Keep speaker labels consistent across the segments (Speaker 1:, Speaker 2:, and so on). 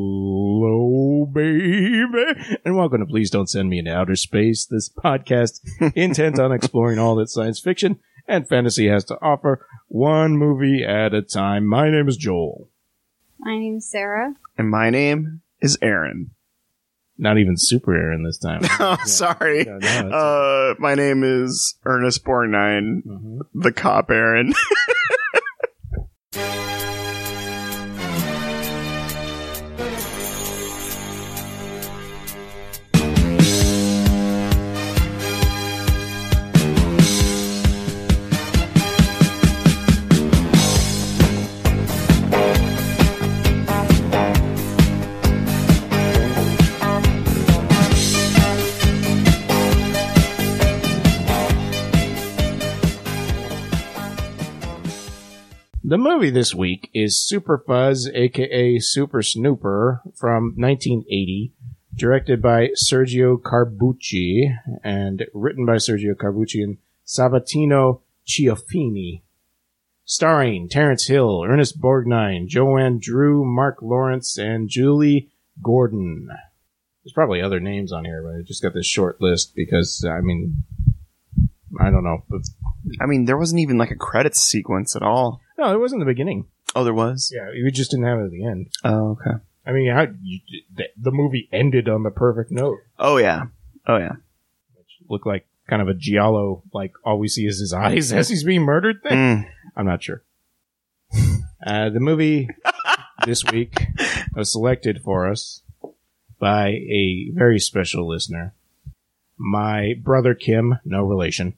Speaker 1: Hello, baby, and welcome to Please Don't Send Me into Outer Space. This podcast intent on exploring all that science fiction and fantasy has to offer, one movie at a time. My name is Joel.
Speaker 2: My name's Sarah.
Speaker 3: And my name is Aaron.
Speaker 1: Not even Super Aaron this time.
Speaker 3: Oh, sorry.
Speaker 1: Yeah, no, that's-
Speaker 3: Uh, my name is Ernest Borgnine,
Speaker 1: Mhm.
Speaker 3: the cop Aaron.
Speaker 1: The movie this week is Super Fuzz, aka Super Snooper, from 1980, directed by Sergio Carbucci and written by Sergio Carbucci and Sabatino Chiofini. Starring Terrence Hill, Ernest Borgnine, Joanne Drew, Mark Lawrence, and Julie Gordon. There's probably other names on here, but I just got this short list because, I mean, I don't know. But,
Speaker 3: I mean, there wasn't even like a credits sequence at all.
Speaker 1: no, it wasn't the beginning.
Speaker 3: Oh, there was?
Speaker 1: Yeah, we just didn't have it at the end.
Speaker 3: Oh, okay.
Speaker 1: I mean, how you, the, the movie ended on the perfect note,
Speaker 3: Oh, yeah. Oh, yeah.
Speaker 1: which looked like kind of a giallo, like all we see is his eyes as he's being murdered thing.
Speaker 3: Mm.
Speaker 1: I'm not sure. Uh, the movie this week was selected for us by a very special listener, my brother Kim, no relation.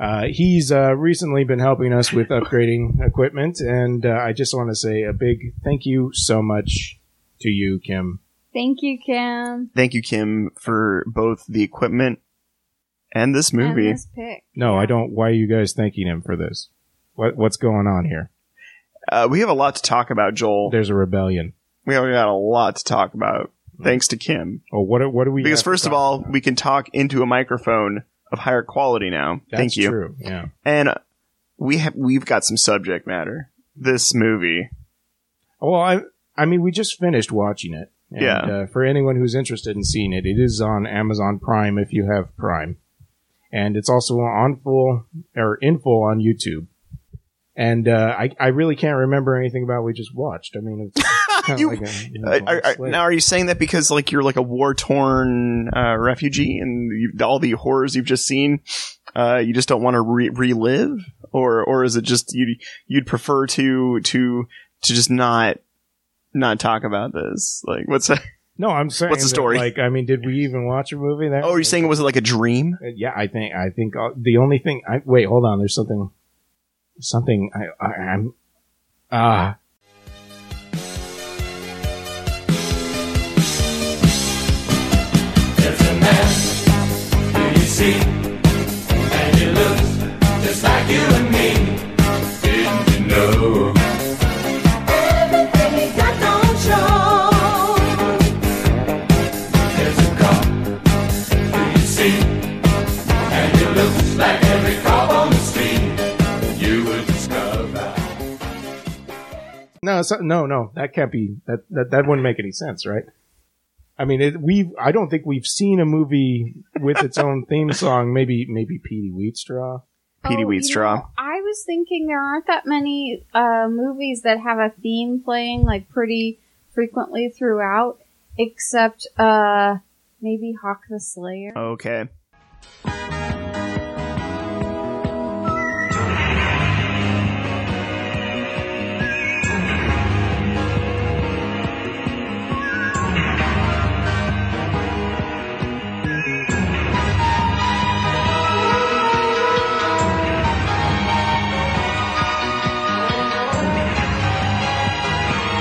Speaker 1: Uh, he's uh, recently been helping us with upgrading equipment, and uh, I just want to say a big thank you so much to you, Kim,
Speaker 2: Thank you, Kim.
Speaker 3: Thank you, Kim, for both the equipment and this movie.
Speaker 2: And this pick.
Speaker 1: No, I don't. Why are you guys thanking him for this? What what's going on here?
Speaker 3: Uh, we have a lot to talk about, Joel.
Speaker 1: There's a rebellion.
Speaker 3: We have got a lot to talk about. Thanks to Kim.
Speaker 1: Oh, what do- what do we?
Speaker 3: Because,
Speaker 1: have to
Speaker 3: first of
Speaker 1: talk
Speaker 3: all,
Speaker 1: about?
Speaker 3: we can talk into a microphone of higher quality now.
Speaker 1: That's
Speaker 3: Thank you.
Speaker 1: True. Yeah.
Speaker 3: And we have we've got some subject matter. This movie.
Speaker 1: Well, I I mean, we just finished watching it. And,
Speaker 3: Yeah.
Speaker 1: Uh, for anyone who's interested in seeing it, it is on Amazon Prime if you have Prime, and it's also on full or in full on YouTube. And uh, I I really can't remember anything about what we just watched. I mean, it's kind
Speaker 3: You-
Speaker 1: of like a, you know,
Speaker 3: Uh, are, are-
Speaker 1: slate.
Speaker 3: now, are you saying that because like you're like a war torn uh, refugee and you, all the horrors you've just seen, uh, you just don't want to re- relive, or or is it just you you'd prefer to to to just not not talk about this? Like, what's that?
Speaker 1: no, I'm saying
Speaker 3: what's the
Speaker 1: that,
Speaker 3: story?
Speaker 1: like, I mean, did we even watch a movie? That
Speaker 3: Oh, are you saying it was like a dream?
Speaker 1: Uh, Yeah, I think I think uh, the only thing I wait, hold on. There's something, something I, I I'm ah.
Speaker 4: There's a man who you see, and he looks just like you and me. Didn't you know?
Speaker 5: Everything he got on show.
Speaker 4: There's a cop who you see, and he looks like every cop on the street. You will discover.
Speaker 1: No, so, no, no. That can't be. That, that that wouldn't make any sense, right? I mean, it, we. I don't think we've seen a movie with its own theme song. Maybe, maybe Petey Wheatstraw.
Speaker 3: Petey
Speaker 2: Oh, you
Speaker 3: Wheatstraw.
Speaker 2: know, I was thinking there aren't that many uh, movies that have a theme playing like pretty frequently throughout, except uh, maybe Hawk the Slayer.
Speaker 3: Okay.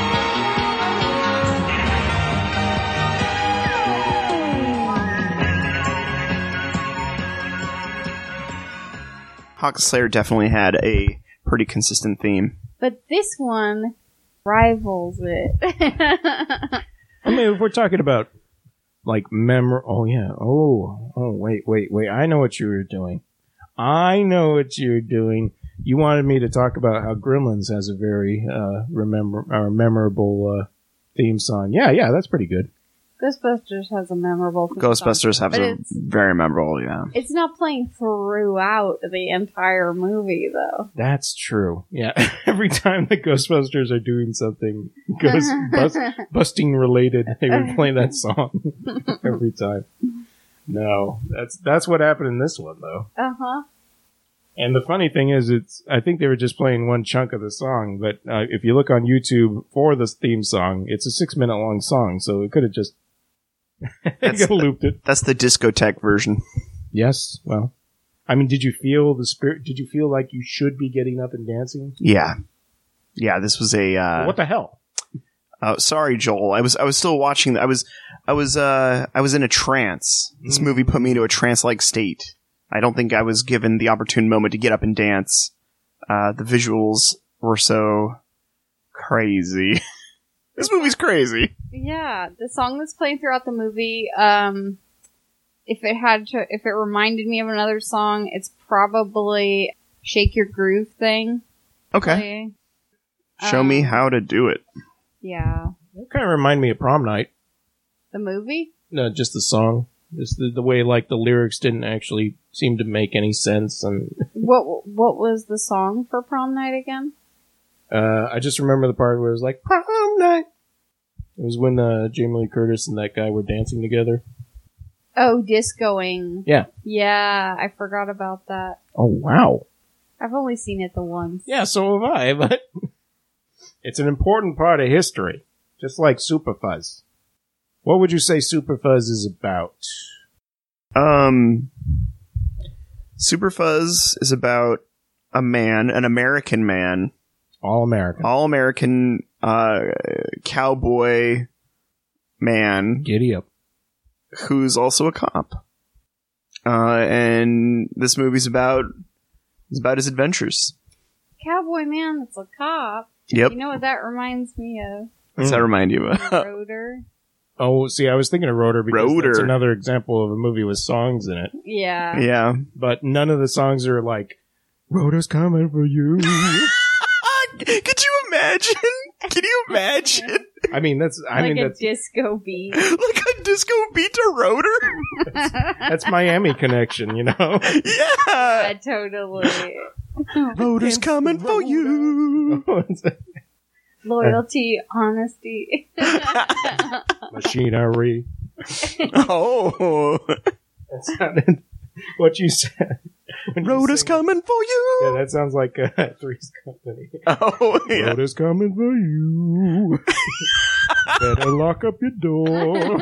Speaker 1: Oh.
Speaker 3: Hawk Slayer definitely had a pretty consistent theme.
Speaker 2: But this one rivals it.
Speaker 1: I mean, if we're talking about like memor. Oh yeah. Oh oh wait wait wait. I know what you were doing. I know what you're doing. You wanted me to talk about how Gremlins has a very uh, remember or memorable uh, theme song. Yeah, yeah, that's pretty good.
Speaker 2: Ghostbusters has a memorable theme song,
Speaker 3: Ghostbusters have
Speaker 2: but
Speaker 3: a
Speaker 2: it's,
Speaker 3: very memorable, yeah.
Speaker 2: it's not playing throughout the entire movie though.
Speaker 1: That's true. Yeah, every time the Ghostbusters are doing something ghost bust, busting related, they would play that song every time. No, that's that's what happened in this one though.
Speaker 2: Uh huh.
Speaker 1: And the funny thing is, it's I think they were just playing one chunk of the song, but uh, if you look on YouTube for this theme song, it's a six minute long song, so it could have just
Speaker 3: That's-
Speaker 1: could've looped it.
Speaker 3: That's the discotheque version.
Speaker 1: Yes, well, I mean, did you feel the spirit? Did you feel like you should be getting up and dancing?
Speaker 3: Yeah. Yeah, this was a uh,
Speaker 1: what the hell?
Speaker 3: Oh, sorry, Joel. I was I was still watching. the- I was I was uh I was in a trance. This
Speaker 1: Mm.
Speaker 3: movie put me into a trance-like state. I don't think I was given the opportune moment to get up and dance. Uh, the visuals were so crazy. this movie's crazy.
Speaker 2: Yeah, the song that's playing throughout the movie. Um, if it had to, if it reminded me of another song, it's probably "Shake Your Groove" thing.
Speaker 3: Okay,
Speaker 2: playing.
Speaker 3: show
Speaker 2: Um,
Speaker 3: me how to do it.
Speaker 2: Yeah,
Speaker 1: That kind of remind me of prom night.
Speaker 2: the movie.
Speaker 1: No, just the song, just the, the way like the lyrics didn't actually seem to make any sense, and
Speaker 2: What What was the song for prom night again?
Speaker 1: uh, I just remember the part where it was like prom night. It was when uh, Jamie Lee Curtis and that guy were dancing together.
Speaker 2: Oh, discoing.
Speaker 1: Yeah.
Speaker 2: Yeah, I forgot about that.
Speaker 1: Oh wow.
Speaker 2: I've only seen it the once.
Speaker 1: Yeah, so have I, but it's an important part of history, just like Superfuzz. What would you say Superfuzz is about?
Speaker 3: Um, Superfuzz is about a man, an American man,
Speaker 1: All American.
Speaker 3: all American uh, cowboy man
Speaker 1: Giddy up.
Speaker 3: who's also a cop. Uh, and this movie's about it's about his adventures.
Speaker 2: Cowboy man, that's a cop.
Speaker 3: Yep,
Speaker 2: You know what that reminds me of?
Speaker 3: does that remind you? of?
Speaker 2: Rotor.
Speaker 1: Oh, see, I was thinking of Rotor because
Speaker 3: Rotor.
Speaker 1: that's another example of a movie with songs in it,
Speaker 2: Yeah.
Speaker 3: yeah,
Speaker 1: but none of the songs are like Rotor's coming for you.
Speaker 3: could you imagine? Can you imagine
Speaker 1: I mean, that's I
Speaker 2: like
Speaker 1: mean
Speaker 2: a
Speaker 1: that's
Speaker 2: disco beat.
Speaker 3: like a disco beat to rotor?
Speaker 1: that's Miami connection, you know.
Speaker 3: Yeah,
Speaker 2: Yeah, totally.
Speaker 3: rotor's coming for you.
Speaker 2: Loyalty, honesty.
Speaker 1: Machinery.
Speaker 3: Oh,
Speaker 1: That sounded what you said. when you
Speaker 3: rotor's
Speaker 1: sing-
Speaker 3: coming for
Speaker 1: Yeah,
Speaker 3: you.
Speaker 1: that sounds like uh, Three's Company.
Speaker 3: Oh, yeah.
Speaker 1: Rotor's coming for you. Better lock up your door.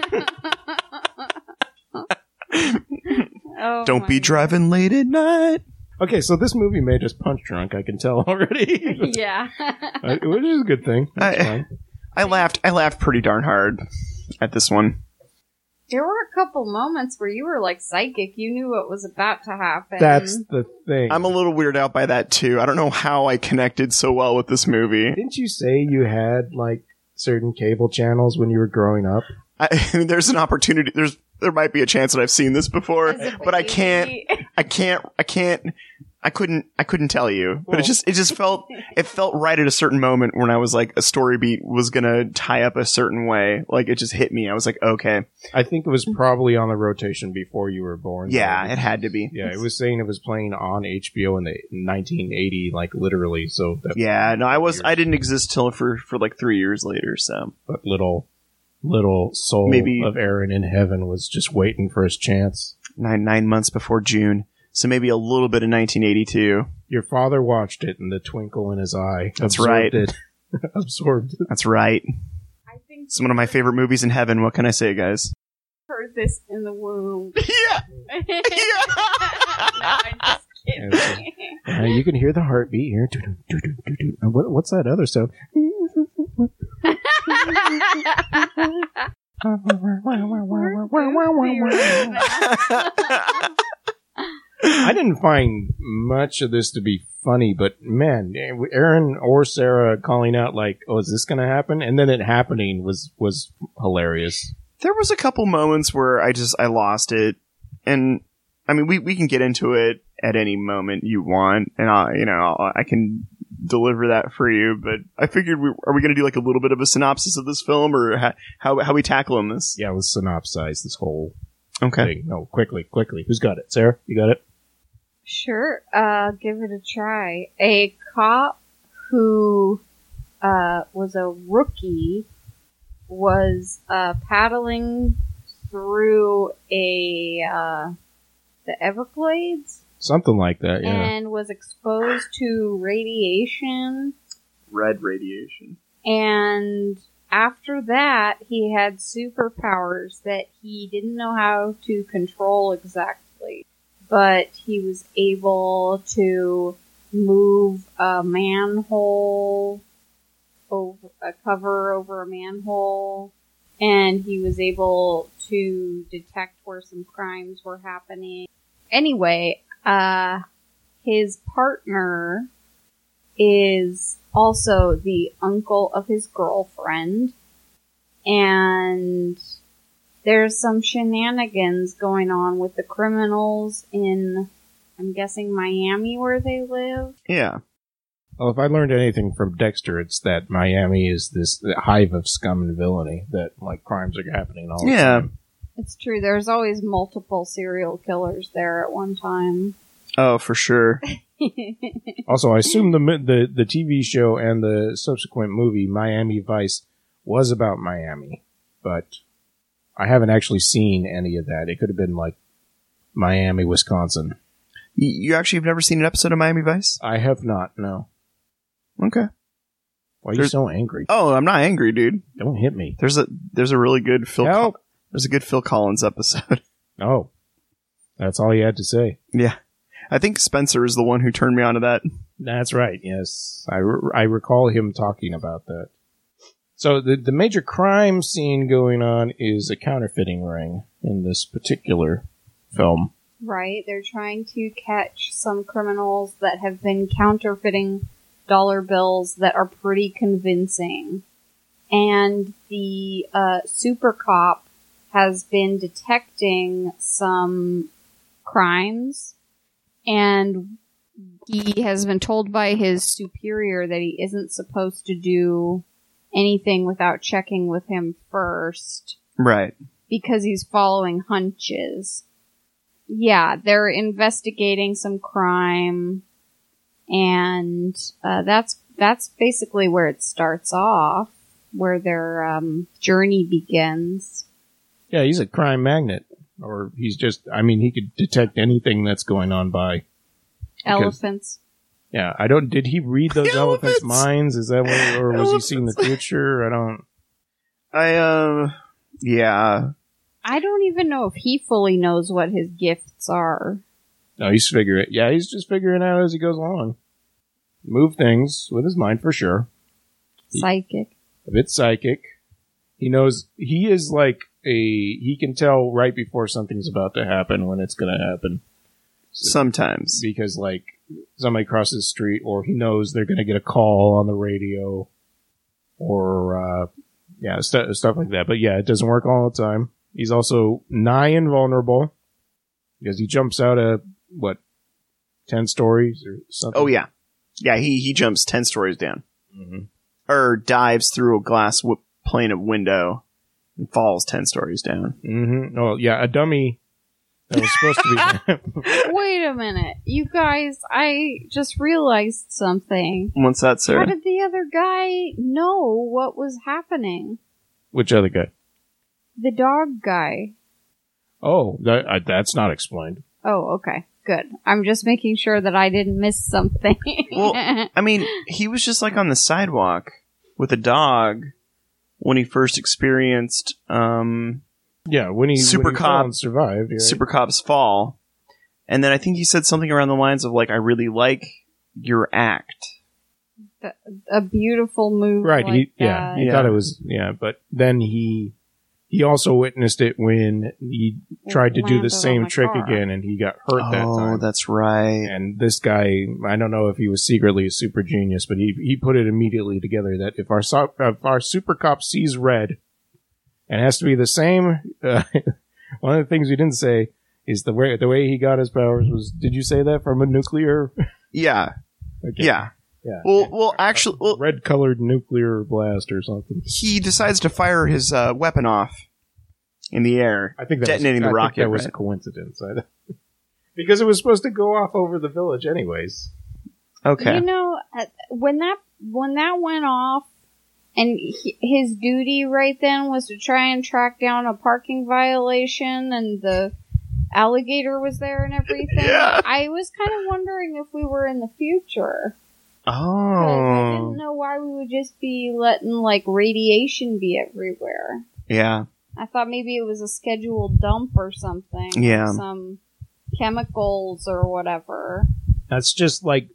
Speaker 2: Oh
Speaker 3: Don't
Speaker 2: my
Speaker 3: be driving late at night.
Speaker 1: Okay, so this movie made us punch drunk. I can tell already,
Speaker 2: God. Yeah.
Speaker 1: Uh, which is a good thing. That's
Speaker 3: I-
Speaker 1: fine.
Speaker 3: I laughed. I laughed pretty darn hard at this one.
Speaker 2: there were a couple moments where you were like psychic. You knew what was about to happen.
Speaker 1: That's the thing.
Speaker 3: I'm a little weirded out by that too. I don't know how I connected so well with this movie.
Speaker 1: Didn't you say you had like certain cable channels when you were growing up?
Speaker 3: I, I mean, there's an opportunity. There's there might be a chance that I've seen this before,
Speaker 2: As a
Speaker 3: but I
Speaker 2: baby.
Speaker 3: can't. I can't. I can't. I couldn't. I couldn't tell you. But
Speaker 1: Well-
Speaker 3: it just. It just felt. It felt right at a certain moment when I was like, a story beat was gonna tie up a certain way. Like it just hit me. I was like, okay,
Speaker 1: I think it was probably on the rotation before you were born.
Speaker 3: yeah, it had to be.
Speaker 1: Yeah, it was saying it was playing on HBO in the 1980, like literally. So that
Speaker 3: Yeah, no, I was. I didn't exist till for for like three years later. So
Speaker 1: little little soul
Speaker 3: Maybe-
Speaker 1: of Aaron in heaven was just waiting for his chance.
Speaker 3: nine nine months before June. So maybe a little bit of 1982.
Speaker 1: Your father watched it in the twinkle in his eye.
Speaker 3: That's
Speaker 1: absorbed
Speaker 3: right.
Speaker 1: It. absorbed it.
Speaker 3: That's right.
Speaker 2: I think
Speaker 3: It's one of my favorite movies in heaven. What can I say, guys?
Speaker 2: I heard this in the womb.
Speaker 3: Yeah.
Speaker 2: no, I'm just kidding.
Speaker 1: Uh, you can hear the heartbeat here. Doo-doo, doo-doo, doo-doo. And what, what's that other sound? I didn't find much of this to be funny, but man, Aaron or Sarah calling out like, "Oh, is this going to happen?" and then it happening was was hilarious.
Speaker 3: there was a couple moments where I just I lost it, and I mean we we can get into it at any moment you want, and I you know I can deliver that for you. But I figured, we, are we going to do like a little bit of a synopsis of this film, or ha- how how we tackle on this?
Speaker 1: Yeah, let's synopsize this whole
Speaker 3: Okay.
Speaker 1: thing. No, quickly, quickly. Who's got it? Sarah, you got it?
Speaker 2: Sure, uh, give it a try. A cop who uh, was a rookie was uh, paddling through a uh, the Everglades
Speaker 1: Something like that, yeah.
Speaker 2: and was exposed to radiation.
Speaker 3: Red radiation.
Speaker 2: And after that, he had superpowers that he didn't know how to control exactly, but he was able to move a manhole over a cover over a manhole, and he was able to detect where some crimes were happening. Anyway, uh, his partner is also the uncle of his girlfriend. And there's some shenanigans going on with the criminals in, I'm guessing, Miami where they live.
Speaker 3: Yeah.
Speaker 1: Well, if I learned anything from Dexter, it's that Miami is this hive of scum and villainy that like crimes are happening all the
Speaker 3: Yeah.
Speaker 1: time.
Speaker 2: It's true, there's always multiple serial killers there at one time.
Speaker 3: Oh, for sure.
Speaker 1: Also, I assume the mi- the the TV show and the subsequent movie Miami Vice was about Miami, but I haven't actually seen any of that. It could have been like Miami, Wisconsin.
Speaker 3: You, you actually have never seen an episode of Miami Vice?
Speaker 1: I have not. No.
Speaker 3: Okay.
Speaker 1: Why are you
Speaker 3: There's-
Speaker 1: so angry?
Speaker 3: Oh, I'm not angry, dude.
Speaker 1: Don't hit me.
Speaker 3: There's a there's a really good Phil. Col-
Speaker 1: Help.
Speaker 3: there's a good Phil Collins episode.
Speaker 1: Oh, that's all you had to say.
Speaker 3: yeah. I think Spencer is the one who turned me on to that.
Speaker 1: That's right. Yes, I, re- I recall him talking about that. So the the major crime scene going on is a counterfeiting ring in this particular film.
Speaker 2: Right? They're trying to catch some criminals that have been counterfeiting dollar bills that are pretty convincing. And the uh, super cop has been detecting some crimes, and he has been told by his superior that he isn't supposed to do anything without checking with him first
Speaker 3: Right.
Speaker 2: because he's following hunches. Yeah, they're investigating some crime, and uh, that's that's basically where it starts off, where their um, journey begins.
Speaker 1: Yeah, he's a crime magnet, or he's just. I mean, he could detect anything that's going on by. Because-
Speaker 2: Elephants.
Speaker 1: Yeah, I don't. Did he read those elephants'
Speaker 3: Elephants!
Speaker 1: minds? Is that what, or was he seeing the
Speaker 3: Elephants.
Speaker 1: future? I don't.
Speaker 3: I um. Yeah.
Speaker 2: I don't even know if he fully knows what his gifts are.
Speaker 1: No, he's figuring. Yeah, he's just figuring out as he goes along. Move things with his mind for sure.
Speaker 2: Psychic.
Speaker 1: a bit psychic. He knows he is like a he can tell right before something's about to happen when it's going to happen
Speaker 3: Sometimes.
Speaker 1: because like somebody crosses the street or he knows they're going to get a call on the radio or uh yeah stu stuff like that. But yeah, it doesn't work all the time. He's also nigh invulnerable because he jumps out a what 10 stories or something.
Speaker 3: Oh yeah. Yeah. He he jumps ten stories down.
Speaker 1: hmm
Speaker 3: or dives through a glass w- pane of window and falls 10 stories down.
Speaker 1: Mm-hmm. Oh yeah, a dummy that was supposed to be
Speaker 2: Wait a minute, you guys! I just realized something.
Speaker 3: What's that,
Speaker 2: How
Speaker 3: sir?
Speaker 2: did the other guy know what was happening?
Speaker 1: which other guy?
Speaker 2: The dog guy.
Speaker 1: Oh, that, I, that's not explained.
Speaker 2: Oh, okay. Good. I'm just making sure that I didn't miss something.
Speaker 3: Well- I mean, he was just like on the sidewalk with a dog when he first experienced um,
Speaker 1: Yeah, when he
Speaker 3: Super
Speaker 1: when he fell
Speaker 3: cop.
Speaker 1: and survived. you're right.
Speaker 3: Super Cop's fall. And then I think he said something around the lines of, like, I really like your act.
Speaker 2: a beautiful move.
Speaker 1: right?
Speaker 2: like
Speaker 1: he, yeah,
Speaker 2: that.
Speaker 1: he
Speaker 3: Yeah.
Speaker 1: thought it was yeah, but then he he also witnessed it when he tried to do
Speaker 2: landed
Speaker 1: the same
Speaker 2: on a
Speaker 1: trick
Speaker 2: car.
Speaker 1: again, and he got hurt that
Speaker 3: oh,
Speaker 1: time.
Speaker 3: that's right.
Speaker 1: and this guy, I don't know if he was secretly a super genius, but he, he put it immediately together that if our so- if our super cop sees red, and has to be the same. Uh, one of the things we didn't say is the way the way he got his powers was. Did you say that from a nuclear?
Speaker 3: Yeah,
Speaker 1: Okay.
Speaker 3: yeah.
Speaker 1: Yeah.
Speaker 3: Well, well, actually, well,
Speaker 1: Red colored nuclear blast or something.
Speaker 3: he decides to fire his uh, weapon off in the air,
Speaker 1: I think that
Speaker 3: detonating
Speaker 1: was,
Speaker 3: the
Speaker 1: I
Speaker 3: rocket.
Speaker 1: Think that was
Speaker 3: right?
Speaker 1: a coincidence. I, because it was supposed to go off over the village, anyways.
Speaker 3: Okay.
Speaker 2: You know, uh, when that when that went off, and he, his duty right then was to try and track down a parking violation, and the alligator was there and everything.
Speaker 3: Yeah.
Speaker 2: I was kind of wondering if we were in the future. 'cause I didn't
Speaker 3: Oh.
Speaker 2: know why we would just be letting like radiation be everywhere.
Speaker 3: Yeah.
Speaker 2: I thought maybe it was a scheduled dump or something.
Speaker 3: Yeah.
Speaker 2: Some chemicals or whatever.
Speaker 1: That's just like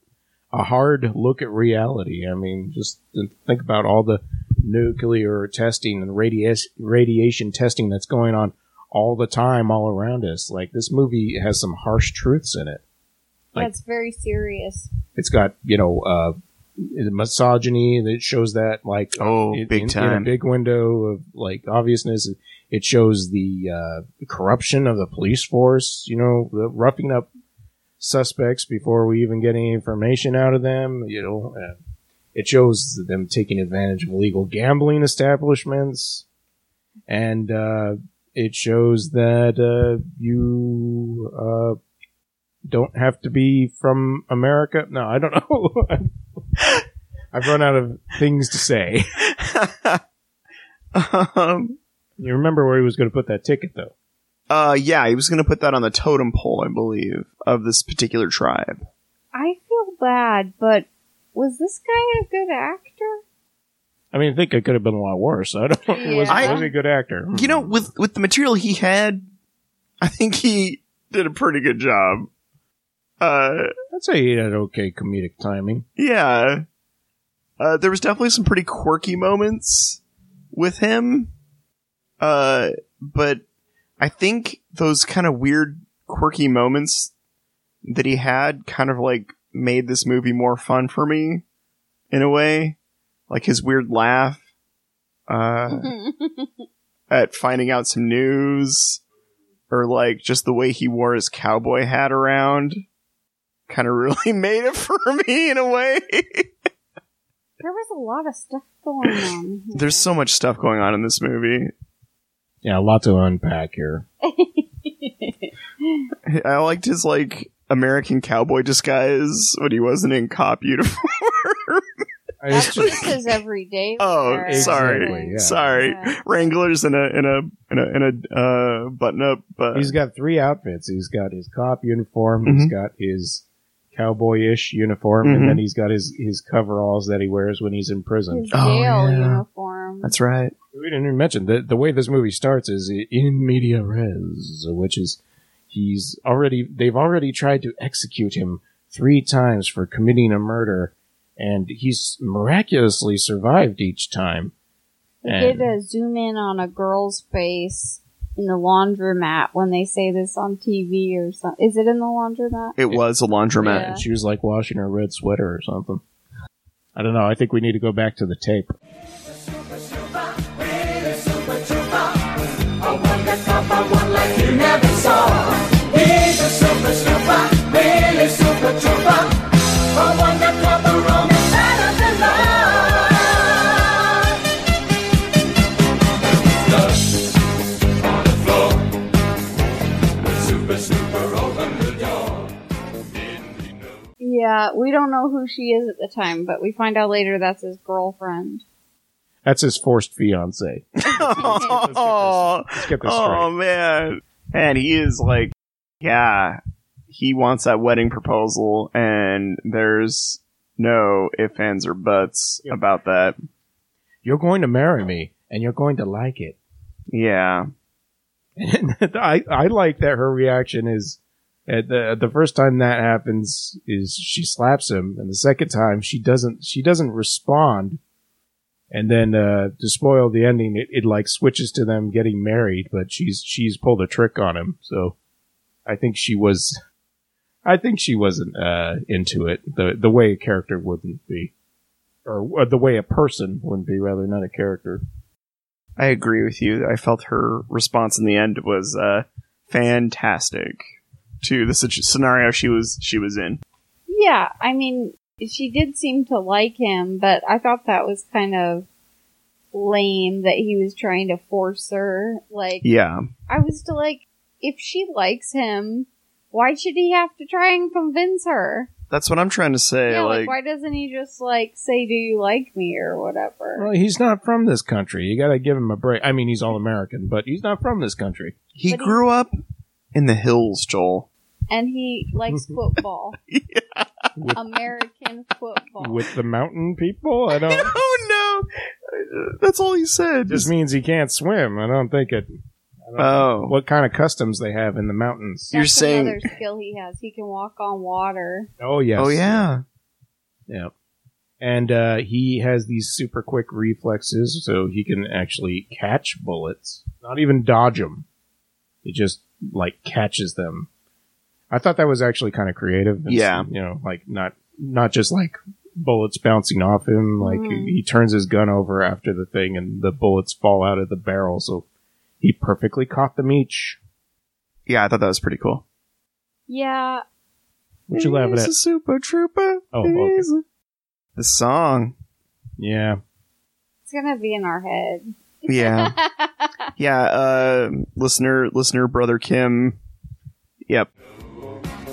Speaker 1: a hard look at reality. I mean, just th- think about all the nuclear testing and radias- radiation testing that's going on all the time all around us. Like this movie has some harsh truths in it. Like-
Speaker 2: That's very serious.
Speaker 1: It's got, you know, uh misogyny that shows that like
Speaker 3: Oh,
Speaker 1: in-
Speaker 3: big
Speaker 1: in- in
Speaker 3: time.
Speaker 1: a big window of like obviousness. It shows the uh, corruption of the police force. You know, the roughing up suspects before we even get any information out of them. You know, uh, it shows them taking advantage of illegal gambling establishments, and uh, it shows that uh, you. Uh, don't have to be from America. No, I don't know. I've run out of things to say.
Speaker 3: um,
Speaker 1: You remember where he was going to put that ticket, though.
Speaker 3: uh, yeah, he was going to put that on the totem pole, I believe, of this particular tribe.
Speaker 2: I feel bad, but was this guy a good actor?
Speaker 1: I mean, I think it could have been a lot worse. I don't. He was,
Speaker 3: Yeah.
Speaker 1: was a good actor.
Speaker 3: You know, with with the material he had, I think he did a pretty good job. Uh,
Speaker 1: Hmm. I'd say he had okay comedic timing.
Speaker 3: Yeah. Uh, there was definitely some pretty quirky moments with him. Uh, but I think those kind of weird, quirky moments that he had kind of like made this movie more fun for me in a way. Like his weird laugh. Uh, at finding out some news or like just the way he wore his cowboy hat around kind of really made it for me in a way.
Speaker 2: there was a lot of stuff going on. here.
Speaker 3: There's so much stuff going on in this movie.
Speaker 1: Yeah, a lot to unpack here.
Speaker 3: I liked his like American cowboy disguise when he wasn't in cop uniform.
Speaker 2: That's
Speaker 1: It's just-
Speaker 2: just his everyday.
Speaker 3: Oh,
Speaker 2: wear, I
Speaker 1: sorry.
Speaker 2: think.
Speaker 1: Yeah.
Speaker 3: Sorry.
Speaker 2: Yeah.
Speaker 3: Wranglers in a in a in a in a uh, button up uh,
Speaker 1: he's got three outfits. He's got his cop uniform. He's got his cowboyish uniform,
Speaker 3: Mhm.
Speaker 1: and then he's got his his coveralls that he wears when he's in prison.
Speaker 2: His jail
Speaker 3: Oh, yeah.
Speaker 2: uniform.
Speaker 3: That's right.
Speaker 1: We didn't even mention the the way this movie starts is in media res, which is he's already they've already tried to execute him three times for committing a murder, and he's miraculously survived each time.
Speaker 2: They
Speaker 1: And-
Speaker 2: did a zoom in on a girl's face in the laundromat when they say this on TV or something. Is it in the laundromat?
Speaker 3: It was a laundromat.
Speaker 2: Yeah.
Speaker 1: And she was like washing her red sweater or something. I don't know. I think we need to go back to the tape.
Speaker 4: Super Snooper opened the door. Didn't he know?
Speaker 2: Yeah, we don't know who she is at the time, but we find out later that's his girlfriend.
Speaker 1: That's his forced fiance.
Speaker 3: oh,
Speaker 1: Skip this
Speaker 3: oh
Speaker 1: straight.
Speaker 3: man. And he is like, yeah, he wants that wedding proposal, and there's no ifs, ands, or buts
Speaker 1: Yeah.
Speaker 3: about that.
Speaker 1: You're going to marry me, and you're going to like it.
Speaker 3: Yeah.
Speaker 1: And I, I like that her reaction is at the the first time that happens is she slaps him, and the second time she doesn't she doesn't respond. And then uh, to spoil the ending, it, it like switches to them getting married, but she's she's pulled a trick on him. So I think she was, I think she wasn't uh, into it the the way a character wouldn't be, or uh, the way a person wouldn't be, rather not a character.
Speaker 3: I agree with you. I felt her response in the end was uh, fantastic to the situ- scenario she was she was in.
Speaker 2: Yeah, I mean, she did seem to like him, but I thought that was kind of lame that he was trying to force her. Like,
Speaker 3: Yeah.
Speaker 2: I was to like, if she likes him, why should he have to try and convince her?
Speaker 3: That's what I'm trying to say.
Speaker 2: yeah, like,
Speaker 3: like,
Speaker 2: why doesn't he just like say, "Do you like me?" or whatever?
Speaker 1: Well, he's not from this country. You got to give him a break. I mean, he's all American, but he's not from this country.
Speaker 3: he
Speaker 2: but he-
Speaker 3: grew up in the hills, Joel.
Speaker 2: And he likes football,
Speaker 1: With-
Speaker 2: American football.
Speaker 1: With the mountain people, I don't.
Speaker 3: Oh no, that's all he said.
Speaker 1: Just means he can't swim. I don't think it.
Speaker 3: oh,
Speaker 1: What kind of customs they have in the mountains?
Speaker 2: That's
Speaker 3: you're saying-
Speaker 2: another skill he has. He can walk on water.
Speaker 1: Oh yes.
Speaker 3: oh yeah.
Speaker 1: Yeah. And uh, he has these super quick reflexes, so he can actually catch bullets, not even dodge them. He just like catches them. I thought that was actually kind of creative. It's,
Speaker 3: Yeah.
Speaker 1: you know, like not not just like bullets bouncing off him. Like
Speaker 2: Mhm.
Speaker 1: he turns his gun over after the thing, and the bullets fall out of the barrel. So he perfectly caught them each.
Speaker 3: Yeah, I thought that was pretty cool.
Speaker 2: Yeah,
Speaker 1: What you laughing
Speaker 3: He's
Speaker 1: at?
Speaker 3: a super trooper.
Speaker 1: Oh, okay.
Speaker 3: He's a- The song.
Speaker 1: Yeah,
Speaker 2: it's gonna be in our head.
Speaker 3: Yeah. yeah, uh listener listener brother Kim. Yep.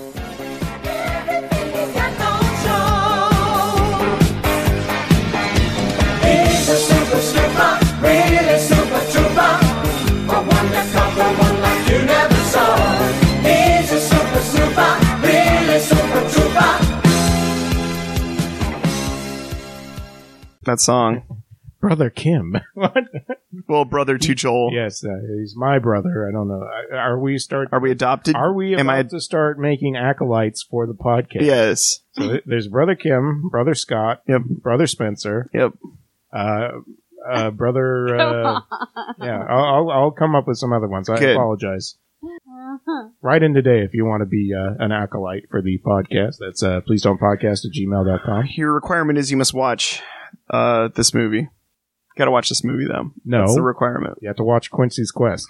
Speaker 5: Everything he's got on show.
Speaker 4: He's a super snooper, really super trooper. A wonderful one like you never saw. He's a super snooper, really super trooper.
Speaker 3: That song.
Speaker 1: brother Kim. what?
Speaker 3: Well, brother to Joel.
Speaker 1: Yes, uh, he's my brother. I don't know. I- Are we start?
Speaker 3: Are we adopted?
Speaker 1: Are we
Speaker 3: Am
Speaker 1: about
Speaker 3: I-
Speaker 1: to start making acolytes for the podcast?
Speaker 3: Yes.
Speaker 1: So th- there's brother Kim, brother Scott,
Speaker 3: Yep.
Speaker 1: brother Spencer,
Speaker 3: Yep.
Speaker 1: uh, uh, brother. Uh, yeah, I'll, I'll I'll come up with some other ones. I
Speaker 3: Good.
Speaker 1: apologize. Write in today if you want to be uh, an acolyte for the podcast. That's uh, please don't podcast at gmail.com.
Speaker 3: Your requirement is you must watch uh this movie. Got to watch this movie though.
Speaker 1: No,
Speaker 3: That's the requirement.
Speaker 1: you have to watch Quincy's Quest,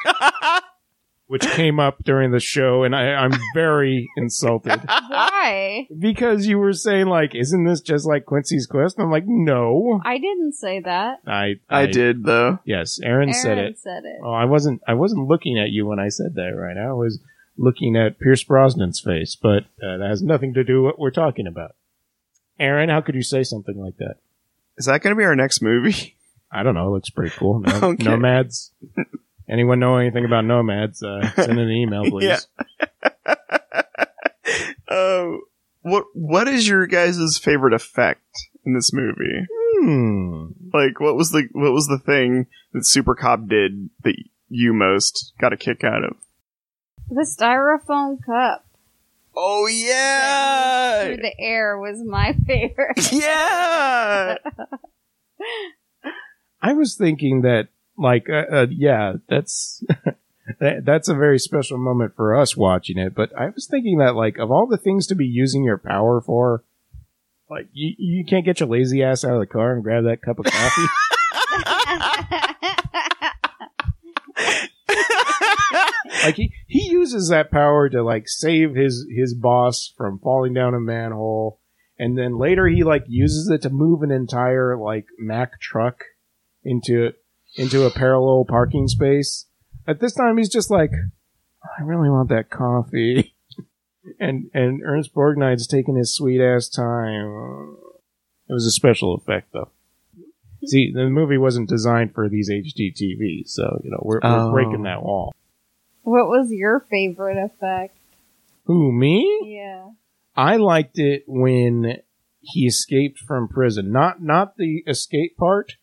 Speaker 1: which came up during the show, and I, I'm very insulted.
Speaker 2: Why?
Speaker 1: because you were saying like, isn't this just like Quincy's Quest? And I'm like, no,
Speaker 2: I didn't say that.
Speaker 1: I,
Speaker 3: I did though.
Speaker 1: Yes, Aaron, said
Speaker 2: Aaron
Speaker 1: it. Oh, I wasn't, I wasn't looking at you when I said that. Right now, I was looking at Pierce Brosnan's face, but uh, that has nothing to do with what we're talking about. Aaron, how could you say something like that?
Speaker 3: Is that going to be our next movie?
Speaker 1: I don't know. It looks pretty cool. No-
Speaker 3: Okay.
Speaker 1: Nomads. Anyone know anything about nomads? Uh, send an email, please.
Speaker 3: Yeah. Uh, what what is your guys' favorite effect in this movie?
Speaker 1: Hmm.
Speaker 3: Like what was the what was the thing that Super Cop did that you most got a kick out of?
Speaker 2: The styrofoam cup
Speaker 3: Oh yeah.
Speaker 2: through the air was my favorite.
Speaker 3: Yeah.
Speaker 1: I was thinking that, like, uh, uh, yeah, that's that, that's a very special moment for us watching it. But I was thinking that, like, of all the things to be using your power for, like, you, you can't get your lazy ass out of the car and grab that cup of coffee. like, he he uses that power to like save his his boss from falling down a manhole, and then later he like uses it to move an entire like Mack truck into into a parallel parking space. At this time, he's just like, I really want that coffee. And and Ernst Borgnine's taking his sweet ass time. It was a special effect, though. See, the movie wasn't designed for these HD TVs, so you know we're, we're
Speaker 3: Oh.
Speaker 1: breaking that wall.
Speaker 2: what was your favorite effect?
Speaker 1: Who me?
Speaker 2: Yeah.
Speaker 1: I liked it when he escaped from prison. Not not the escape part,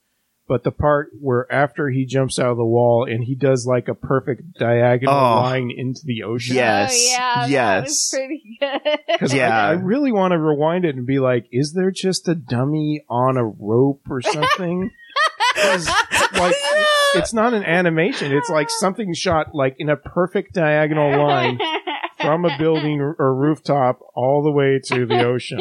Speaker 1: but the part where after he jumps out of the wall and he does like a perfect diagonal
Speaker 3: Oh.
Speaker 1: line into the ocean.
Speaker 3: Yes.
Speaker 2: Oh, yeah. That was
Speaker 3: Yes.
Speaker 2: pretty good.
Speaker 1: Because
Speaker 3: Yeah.
Speaker 1: I, I really want to rewind it and be like, is there just a dummy on a rope or something? 'Cause, like, it's not an animation. It's like something shot like in a perfect diagonal line from a building or- or rooftop all the way to the ocean.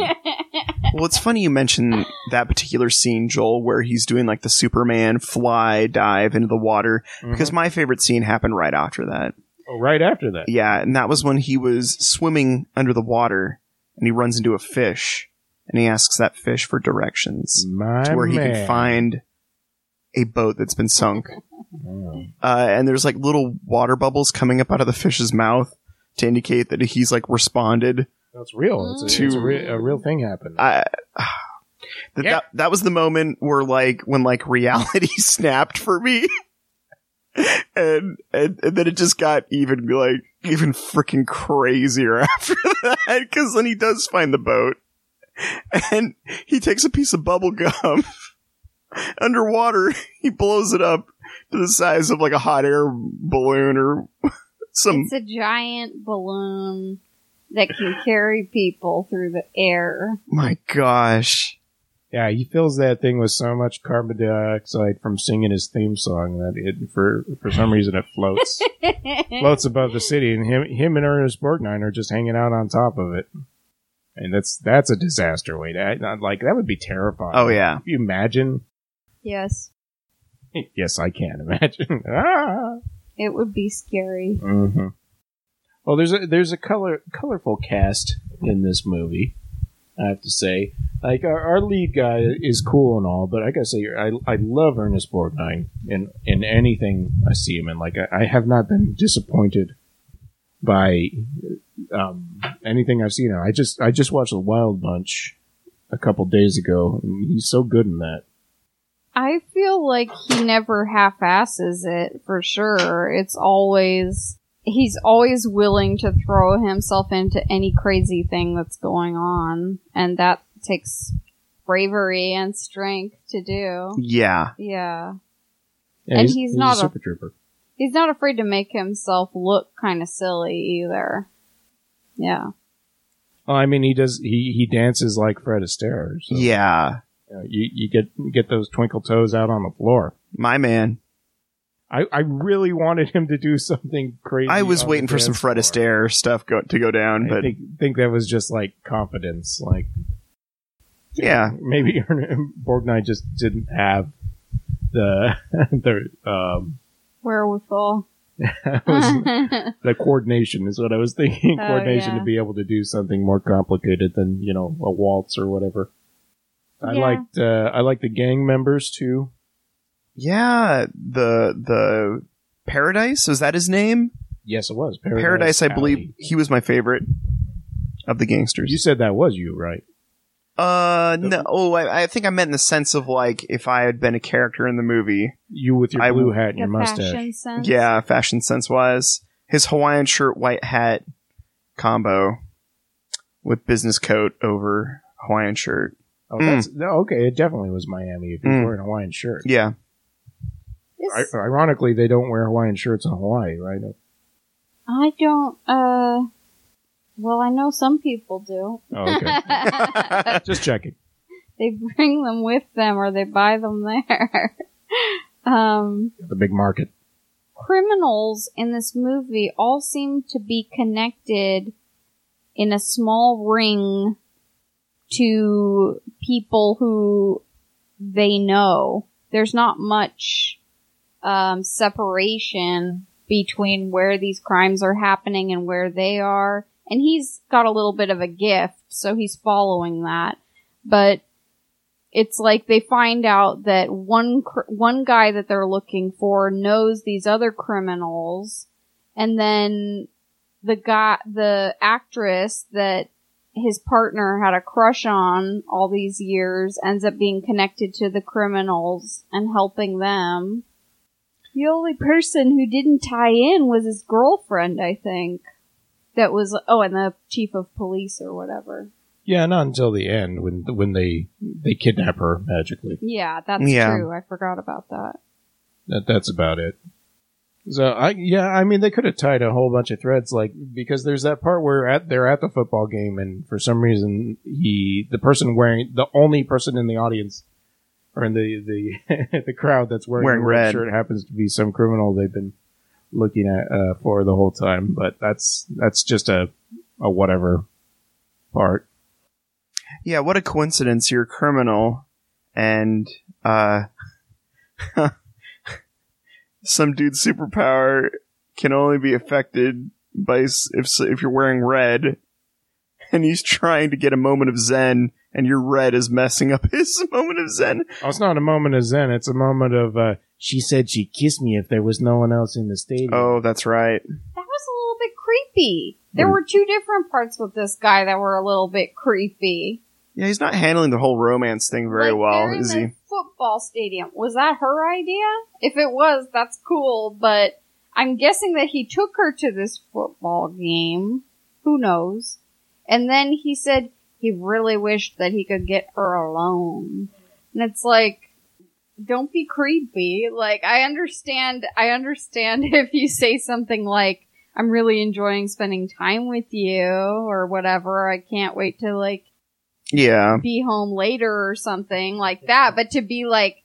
Speaker 3: well, it's funny you mentioned that particular scene, Joel, where he's doing like the Superman fly dive into the water
Speaker 1: Mm-hmm.
Speaker 3: because my favorite scene happened right after that.
Speaker 1: Oh, right after that.
Speaker 3: Yeah, and that was when he was swimming under the water and he runs into a fish and he asks that fish for directions
Speaker 1: My
Speaker 3: to where he
Speaker 1: man.
Speaker 3: can find a boat that's been sunk.
Speaker 1: Oh,
Speaker 3: Uh, and there's like little water bubbles coming up out of the fish's mouth to indicate that he's like responded.
Speaker 1: That's real. It's a, it's a, re- a real thing happened.
Speaker 3: Mm. I, that,
Speaker 1: Yeah.
Speaker 3: that that was the moment where like when like reality snapped for me. And, and and then it just got even like even freaking crazier after that because then he does find the boat and he takes a piece of bubble gum underwater he blows it up to the size of like a hot air balloon or some
Speaker 2: It's a giant balloon that can carry people through the air.
Speaker 3: my gosh
Speaker 1: yeah, he fills that thing with so much carbon dioxide from singing his theme song that it for for some reason it floats floats above the city, and him him and Ernest Borgnine are just hanging out on top of it. And that's that's a disaster way to not like that would be terrifying.
Speaker 3: oh yeah
Speaker 1: Can you imagine?
Speaker 2: yes,
Speaker 1: Yes, I can imagine. ah.
Speaker 2: it would be scary.
Speaker 1: Mm-hmm. Well, there's a there's a color colorful cast in this movie. I have to say, like our, our lead guy is cool and all, but I gotta say, I I love Ernest Borgnine in in anything I see him in. Like I, I have not been disappointed by um, anything I've seen. him. I just I just watched The Wild Bunch a couple days ago. And he's so good in that.
Speaker 2: I feel like he never half asses it for sure. It's always he's always willing to throw himself into any crazy thing that's going on, and that takes bravery and strength to do.
Speaker 3: yeah
Speaker 2: Yeah.
Speaker 1: Yeah,
Speaker 2: And he's not a-
Speaker 1: super trooper.
Speaker 2: He's not afraid to make himself look kind of silly either. Yeah.
Speaker 1: Oh, I mean, he does. He he dances like Fred Astaire. So.
Speaker 3: yeah
Speaker 1: you, know, you you get you get those twinkle toes out on the floor.
Speaker 3: my man
Speaker 1: I, I really wanted him to do something crazy.
Speaker 3: I was
Speaker 1: on
Speaker 3: waiting
Speaker 1: the
Speaker 3: for some
Speaker 1: dance
Speaker 3: Fred
Speaker 1: floor.
Speaker 3: Astaire stuff go- to go down,
Speaker 1: I
Speaker 3: but
Speaker 1: think, think that was just like confidence. Like
Speaker 3: yeah,
Speaker 1: maybe Borgnine just didn't have the the um
Speaker 2: Wherewithal.
Speaker 1: was- the coordination is what I was thinking.
Speaker 2: Oh,
Speaker 1: coordination
Speaker 2: yeah.
Speaker 1: to be able to do something more complicated than you know a waltz or whatever. I
Speaker 2: Yeah.
Speaker 1: liked uh, I liked the gang members too.
Speaker 3: yeah. The the Paradise was that his name?
Speaker 1: Yes, it was Paradise.
Speaker 3: Paradise, I
Speaker 1: Alley.
Speaker 3: believe he was my favorite of the gangsters.
Speaker 1: you said that was you, right?
Speaker 3: uh, no. Oh, I, I think I meant in the sense of like if I had been a character in the movie.
Speaker 1: You with your
Speaker 3: I-
Speaker 1: blue hat and your
Speaker 2: Your
Speaker 1: mustache.
Speaker 2: fashion sense.
Speaker 3: Yeah, fashion sense wise, his Hawaiian shirt, white hat combo with business coat over Hawaiian shirt.
Speaker 1: Oh,
Speaker 3: Mm.
Speaker 1: that's, no, okay. It definitely was Miami if you
Speaker 3: Mm.
Speaker 1: were wearing a Hawaiian shirt.
Speaker 3: Yeah,
Speaker 2: This-
Speaker 1: I, ironically, they don't wear Hawaiian shirts in Hawaii, right?
Speaker 2: I don't, uh, well, I know some people do.
Speaker 1: Oh, okay. Just checking.
Speaker 2: they bring them with them or they buy them there. um,
Speaker 1: The big market.
Speaker 2: criminals in this movie all seem to be connected in a small ring to people who they know. There's not much um, separation between where these crimes are happening and where they are. And he's got a little bit of a gift, so he's following that. But it's like they find out that one cr- one guy that they're looking for knows these other criminals and then the guy the actress that his partner had a crush on all these years ends up being connected to the criminals and helping them the only person who didn't tie in was his girlfriend i think that was oh and the chief of police or whatever
Speaker 1: Yeah, not until the end when when they they kidnap her magically.
Speaker 2: yeah that's
Speaker 3: Yeah.
Speaker 2: true i forgot about that
Speaker 1: That that's about it. So I yeah, I mean they could have tied a whole bunch of threads like because there's that part where at they're at the football game and for some reason he the person wearing the only person in the audience or in the the the crowd that's wearing,
Speaker 3: Wearing
Speaker 1: a red
Speaker 3: red.
Speaker 1: shirt happens to be some criminal they've been looking at uh, for the whole time, but that's that's just a a whatever part.
Speaker 3: Yeah, what a coincidence. You're a criminal, and uh, some dude's superpower can only be affected by s- if s- if you're wearing red, and he's trying to get a moment of zen and your red is messing up his moment of zen.
Speaker 1: Oh, it's not a moment of zen. It's a moment of uh, she said she'd kiss me if there was no one else in the stadium.
Speaker 3: Oh, that's right.
Speaker 2: That was a little bit creepy. There were two different parts with this guy that were a little bit creepy.
Speaker 3: Yeah, he's not handling the whole romance thing very
Speaker 2: Like,
Speaker 3: well,
Speaker 2: they're in
Speaker 3: is
Speaker 2: the
Speaker 3: he?
Speaker 2: Football stadium. Was that her idea? If it was, that's cool, but I'm guessing that he took her to this football game. Who knows? And then he said he really wished that he could get her alone. And it's like, don't be creepy. Like, I understand, I understand if you say something like, I'm really enjoying spending time with you or whatever. I can't wait to like
Speaker 3: Yeah.
Speaker 2: be home later or something like that. But to be like,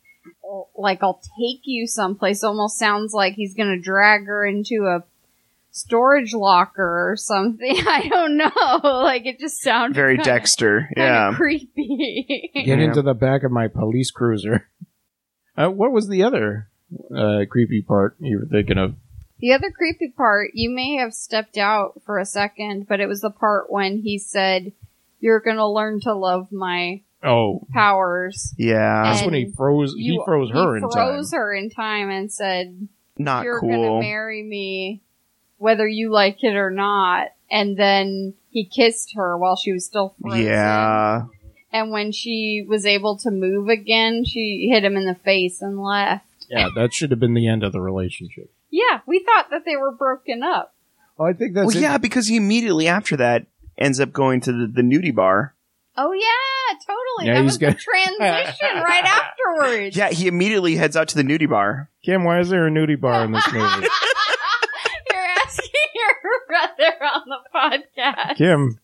Speaker 2: like I'll take you someplace almost sounds like he's gonna drag her into a storage locker or something. I don't know. Like it just sounds
Speaker 3: Very
Speaker 2: kinda,
Speaker 3: Dexter.
Speaker 2: kinda
Speaker 3: Yeah.
Speaker 2: creepy.
Speaker 1: Get
Speaker 3: Yeah.
Speaker 1: into the back of my police cruiser. Uh, what was the other uh, creepy part you were thinking of?
Speaker 2: the other creepy part, you may have stepped out for a second, but it was the part when he said, "You're gonna learn to love my
Speaker 1: Oh,
Speaker 2: powers."
Speaker 3: Yeah.
Speaker 1: that's when he
Speaker 2: And
Speaker 1: froze. he
Speaker 2: You-
Speaker 1: froze her
Speaker 2: he
Speaker 1: in time.
Speaker 2: froze her in time and said,
Speaker 3: Not
Speaker 2: you're
Speaker 3: cool.
Speaker 2: gonna marry me whether you like it or not and then he kissed her while she was still frozen.
Speaker 3: Yeah.
Speaker 2: and when she was able to move again she hit him in the face and left
Speaker 1: Yeah, that should have been the end of the relationship.
Speaker 2: yeah we thought that they were broken up
Speaker 1: Oh, I think that's
Speaker 3: well,
Speaker 1: it.
Speaker 3: yeah, because he immediately after that ends up going to the, the nudie bar.
Speaker 2: oh yeah totally
Speaker 1: Yeah,
Speaker 2: that
Speaker 1: he's
Speaker 2: was
Speaker 1: got-
Speaker 2: the transition right afterwards
Speaker 3: Yeah, he immediately heads out to the nudie bar.
Speaker 1: Kim, why is there a nudie bar in this movie?
Speaker 2: you're asking your brother on the podcast
Speaker 1: Kim,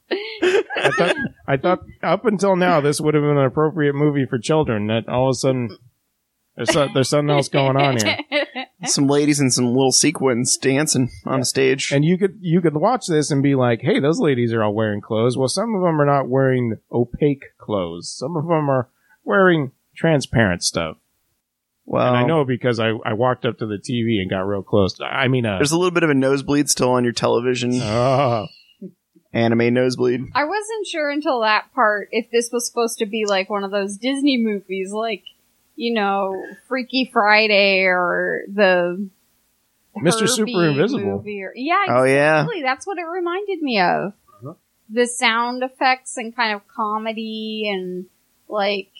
Speaker 1: I thought, I thought up until now this would have been an appropriate movie for children. That all of a sudden there's, so- there's something else going on here,
Speaker 3: Some ladies and some little sequins dancing on a stage.
Speaker 1: and you could you could watch this and be like, "Hey, those ladies are all wearing clothes." Well, some of them are not wearing opaque clothes. Some of them are wearing transparent stuff.
Speaker 3: well,
Speaker 1: and I know because I, I walked up to the TV and got real close. I mean, uh,
Speaker 3: there's a little bit of a nosebleed still on your television.
Speaker 1: oh,
Speaker 3: Anime nosebleed.
Speaker 2: I wasn't sure until that part if this was supposed to be like one of those Disney movies, like you know, Freaky Friday or the
Speaker 1: Mr.
Speaker 2: Herbie
Speaker 1: Super Invisible.
Speaker 2: movie or- yeah,
Speaker 3: Oh,
Speaker 2: exactly.
Speaker 3: yeah.
Speaker 2: That's what it reminded me of.
Speaker 1: Mhm.
Speaker 2: The sound effects and kind of comedy and like,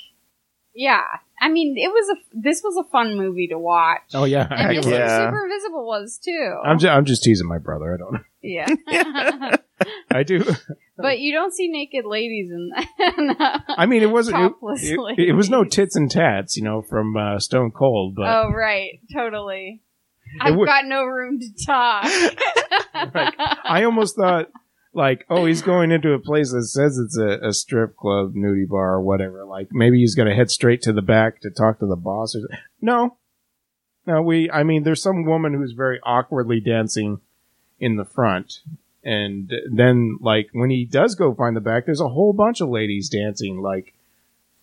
Speaker 2: yeah. I mean, it was a this was a fun movie to watch.
Speaker 1: oh yeah.
Speaker 2: And
Speaker 1: I,
Speaker 2: Mr.
Speaker 3: Yeah.
Speaker 2: Super Invisible was too.
Speaker 1: am just, I'm just teasing my brother. I don't.
Speaker 2: yeah,
Speaker 1: I do.
Speaker 2: but you don't see naked ladies in that.
Speaker 1: I mean, it wasn't. It,
Speaker 2: Topless
Speaker 1: it-
Speaker 2: ladies.
Speaker 1: it was no tits and tats, you know, from uh, Stone Cold, but
Speaker 2: Oh right, totally. I've
Speaker 1: would-
Speaker 2: got no room to talk.
Speaker 1: Like, I almost thought like, oh, he's going into a place that says it's a, a strip club, nudie bar, or whatever. Like maybe he's gonna head straight to the back to talk to the boss. Or something. no, no, we. I mean, there's some woman who's very awkwardly dancing in the front. And then, like, when he does go find the back, there's a whole bunch of ladies dancing, like,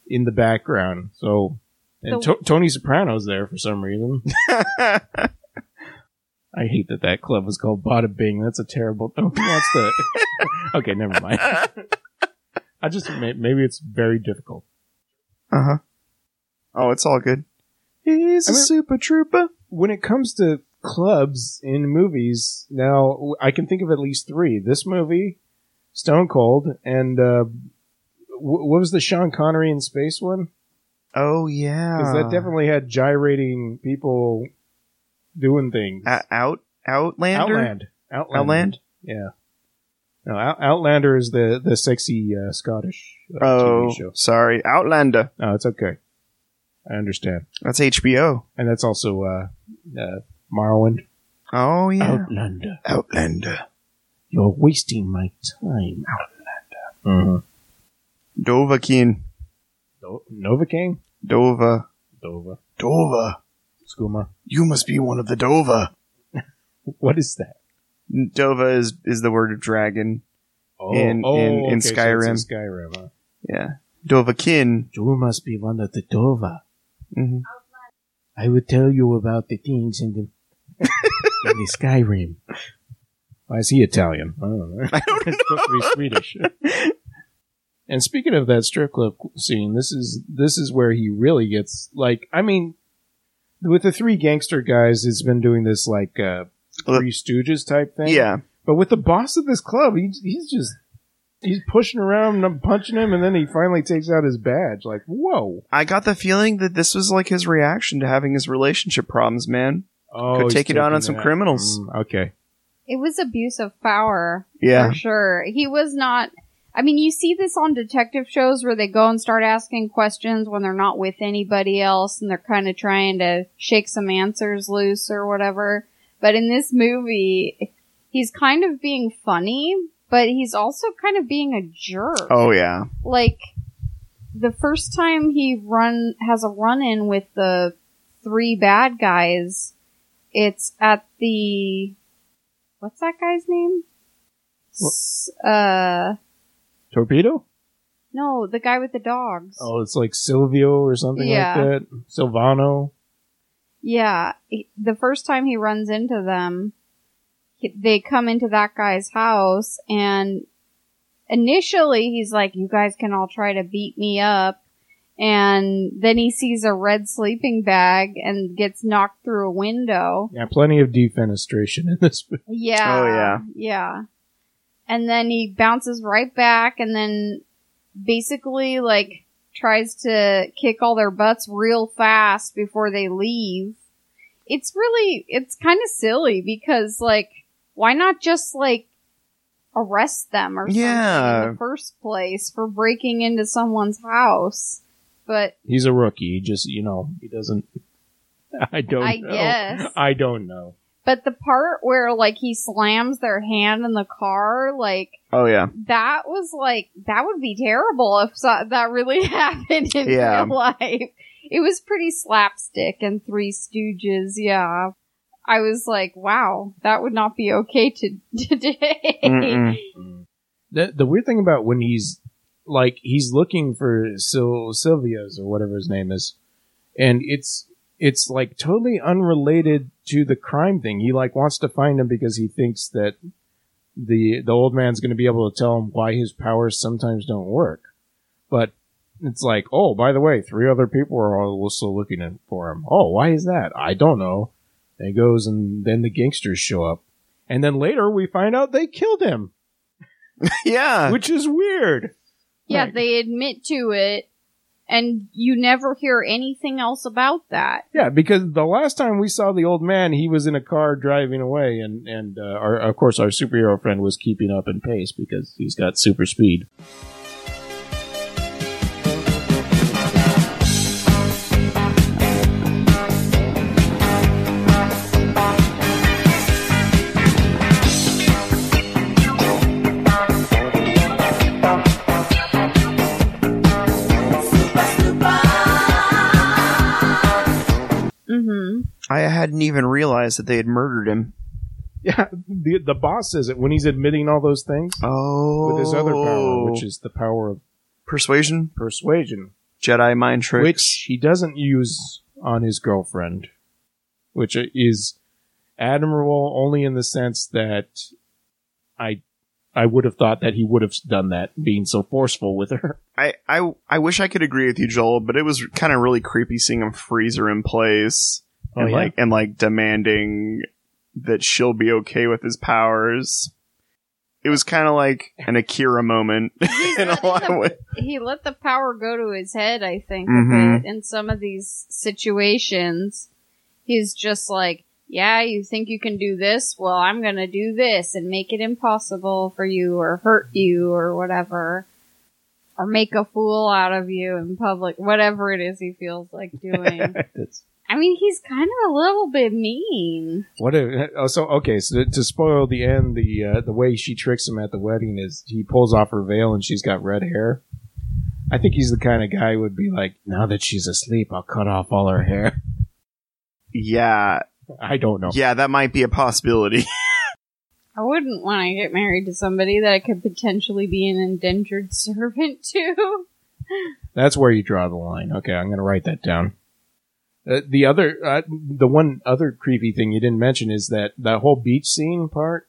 Speaker 1: in the background. So, and
Speaker 2: The-
Speaker 1: to- Tony Soprano's there for some reason. I hate that that club was called Bada Bing. That's a terrible. Oh, who wants to? okay, never mind. I just may- maybe it's very difficult.
Speaker 3: Uh huh. Oh, it's all good. He's
Speaker 1: I mean-
Speaker 3: a super trooper.
Speaker 1: When it comes to clubs in movies, now w- I can think of at least three: this movie, Stone Cold, and uh, wh- what was the Sean Connery in space one?
Speaker 3: Oh yeah.
Speaker 1: Because that definitely had gyrating people doing things.
Speaker 3: A- out Outlander.
Speaker 1: Outland. Outland.
Speaker 3: Outland?
Speaker 1: Yeah. No, Out- Outlander is the the sexy uh, Scottish uh,
Speaker 3: Oh,
Speaker 1: TV show.
Speaker 3: sorry, Outlander.
Speaker 1: No, it's okay. I understand,
Speaker 3: That's HBO.
Speaker 1: and that's also uh, uh, Morrowind.
Speaker 3: Oh yeah.
Speaker 1: Outlander,
Speaker 3: Outlander.
Speaker 1: you're wasting my time.
Speaker 3: Mm-hmm.
Speaker 1: Outlander.
Speaker 3: Dova Keen.
Speaker 1: Do- Novocaine,
Speaker 3: Dova.
Speaker 1: Dova,
Speaker 3: Dova.
Speaker 1: Skooma.
Speaker 3: You must be one of the Dova.
Speaker 1: What is that?
Speaker 3: Dova is is the word of dragon.
Speaker 1: Oh,
Speaker 3: In- in- in
Speaker 1: so it's
Speaker 3: Skyrim.
Speaker 1: Skyrim. Huh?
Speaker 3: Yeah. Dova Kin.
Speaker 1: You must be one of the Dova.
Speaker 3: hmm
Speaker 1: I will tell you about the things in the in the Skyrim. Why is he Italian? I don't know. I don't know. supposed to be Swedish. And speaking of that strip club scene, this is this is where he really gets like I mean, with the three gangster guys, he's been doing this like uh,
Speaker 3: Uh,
Speaker 1: Three Stooges type thing.
Speaker 3: Yeah.
Speaker 1: But with the boss of this club, he, he's just he's pushing around and punching him, and then he finally takes out his badge. Like, whoa!
Speaker 3: I got the feeling that this was like his reaction to having his relationship problems, man.
Speaker 1: Oh,
Speaker 3: Could
Speaker 1: he's
Speaker 3: take it out on
Speaker 1: taking
Speaker 3: some
Speaker 1: that.
Speaker 3: criminals.
Speaker 1: Mm, okay.
Speaker 2: It was abuse of power.
Speaker 3: Yeah.
Speaker 2: for sure. He was not. I mean, you see this on detective shows where they go and start asking questions when they're not with anybody else and they're kind of trying to shake some answers loose or whatever. But in this movie, he's kind of being funny, but he's also kind of being a jerk
Speaker 3: Oh yeah.
Speaker 2: like the first time he run has a run in with the three bad guys, it's at the what's that guy's name? S- uh
Speaker 1: Torpedo?
Speaker 2: no, the guy with the dogs.
Speaker 1: Oh, it's like Silvio or something like
Speaker 2: Yeah.
Speaker 1: that. Silvano.
Speaker 2: Yeah, he- the first time he runs into them, he- they come into that guy's house and initially he's like, you guys can all try to beat me up. And then he sees a red sleeping bag and gets knocked through a window.
Speaker 1: Yeah, plenty of defenestration in this movie.
Speaker 2: Yeah.
Speaker 3: Oh, yeah.
Speaker 2: Yeah. And then he bounces right back and then basically like tries to kick all their butts real fast before they leave. It's really, it's kind of silly because like, why not just like arrest them or something
Speaker 3: Yeah.
Speaker 2: in the first place for breaking into someone's house? But
Speaker 1: He's a rookie. He just, you know, he doesn't. I don't
Speaker 2: I
Speaker 1: know.
Speaker 2: guess.
Speaker 1: I don't know.
Speaker 2: But the part where like he slams their hand in the car, like
Speaker 3: Oh yeah.
Speaker 2: that was like that would be terrible if so- that really happened in
Speaker 3: Yeah.
Speaker 2: real life. It was pretty slapstick and Three Stooges. Yeah, I was like, wow, that would not be okay to today.
Speaker 3: Mm-mm.
Speaker 1: Mm-hmm. The, the weird thing about when he's like, he's looking for Sil- Silvio's or whatever his name is, and it's. It's like totally unrelated to the crime thing. He like wants to find him because he thinks that the the old man's going to be able to tell him why his powers sometimes don't work. But it's like, oh, by the way, three other people are also looking in for him. Oh, why is that? I don't know. And he goes, and then the gangsters show up, and then later we find out they killed him,
Speaker 3: Yeah.
Speaker 1: which is weird.
Speaker 2: yeah,
Speaker 1: Right.
Speaker 2: they admit to it, and you never hear anything else about that.
Speaker 1: Yeah, because the last time we saw the old man, he was in a car driving away, and and uh, our, of course our superhero friend was keeping up in pace because he's got super speed.
Speaker 2: hmm
Speaker 3: I hadn't even realized that they had murdered him.
Speaker 1: Yeah, the the boss says it when he's admitting all those things.
Speaker 3: Oh.
Speaker 1: with his other power, which is the power of
Speaker 3: persuasion,
Speaker 1: persuasion,
Speaker 3: Jedi mind tricks.
Speaker 1: which he doesn't use on his girlfriend, which is admirable only in the sense that I I would have thought that he would have done that, being so forceful with her.
Speaker 3: I, I I wish I could agree with you, Joel, but it was kind of really creepy seeing him freeze her in place
Speaker 1: Oh,
Speaker 3: and
Speaker 1: yeah?
Speaker 3: like and like demanding that she'll be okay with his powers. It was kind of like an Akira moment in a
Speaker 2: letting
Speaker 3: lot of
Speaker 2: them-
Speaker 3: ways.
Speaker 2: he let the power go to his head, I think, a
Speaker 3: Mhm.
Speaker 1: Mm-hmm.
Speaker 2: bit in some of these situations. He's just like, yeah, you think you can do this? Well, I'm going to do this and make it impossible for you or hurt you or whatever. Or make a fool out of you in public, whatever it is he feels like doing.
Speaker 1: That's-
Speaker 2: I mean, he's kind of a little bit mean.
Speaker 1: What if, oh, so okay, so to, to spoil the end, the uh, the way she tricks him at the wedding is he pulls off her veil and she's got red hair. I think he's the kind of guy who would be like, now that she's asleep, I'll cut off all her hair.
Speaker 3: Yeah,
Speaker 1: I don't know.
Speaker 3: yeah, that might be a possibility.
Speaker 2: I wouldn't want to get married to somebody that I could potentially be an indentured servant to.
Speaker 1: That's where you draw the line. Okay, I'm going to write that down. Uh, the other, uh, the one other creepy thing you didn't mention is that that whole beach scene part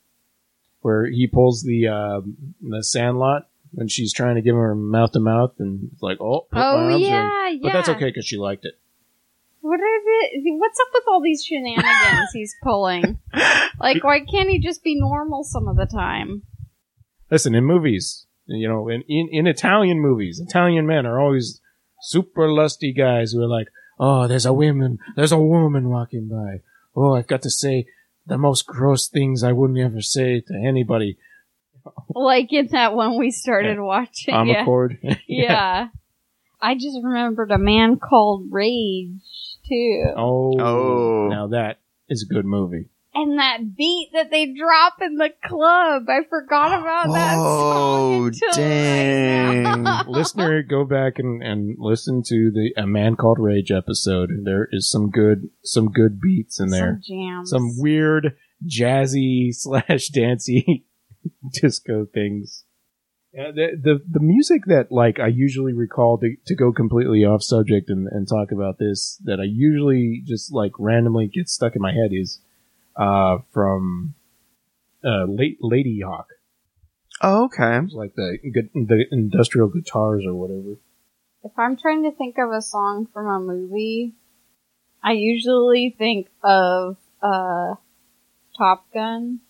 Speaker 1: where he pulls the um the sandlot and she's trying to give her mouth to mouth, and it's like, oh, put my
Speaker 2: oh
Speaker 1: arms in.
Speaker 2: yeah, yeah.
Speaker 1: But that's okay because she liked it.
Speaker 2: What are the? What's up with all these shenanigans he's pulling? Like, why can't he just be normal some of the time?
Speaker 1: Listen, in movies, you know, in, in, in Italian movies, Italian men are always super lusty guys who are like, oh, there's a woman, there's a woman walking by. Oh, I've got to say the most gross things I wouldn't ever say to anybody.
Speaker 2: Like in that one we started watching.
Speaker 1: I'm
Speaker 2: yeah.
Speaker 1: a cord.
Speaker 2: yeah. I just remembered a man called Rage too.
Speaker 1: oh,
Speaker 3: Oh.
Speaker 1: now that is a good movie.
Speaker 2: And that beat that they drop in the club. I forgot about that song.
Speaker 3: Oh,
Speaker 2: until right
Speaker 3: dang.
Speaker 2: now.
Speaker 1: Listener, go back and, and listen to the A Man Called Rage episode. There is some good some good beats in there.
Speaker 2: Some jams.
Speaker 1: some weird jazzy slash dancey disco things. Uh, the, the the music that like I usually recall to, to go completely off subject and, and talk about this that I usually just like randomly get stuck in my head is uh, from uh, late Lady Hawk,
Speaker 3: Oh, okay.
Speaker 1: It's like the gu- the industrial guitars or whatever.
Speaker 2: if I'm trying to think of a song from a movie, I usually think of uh, Top Gun.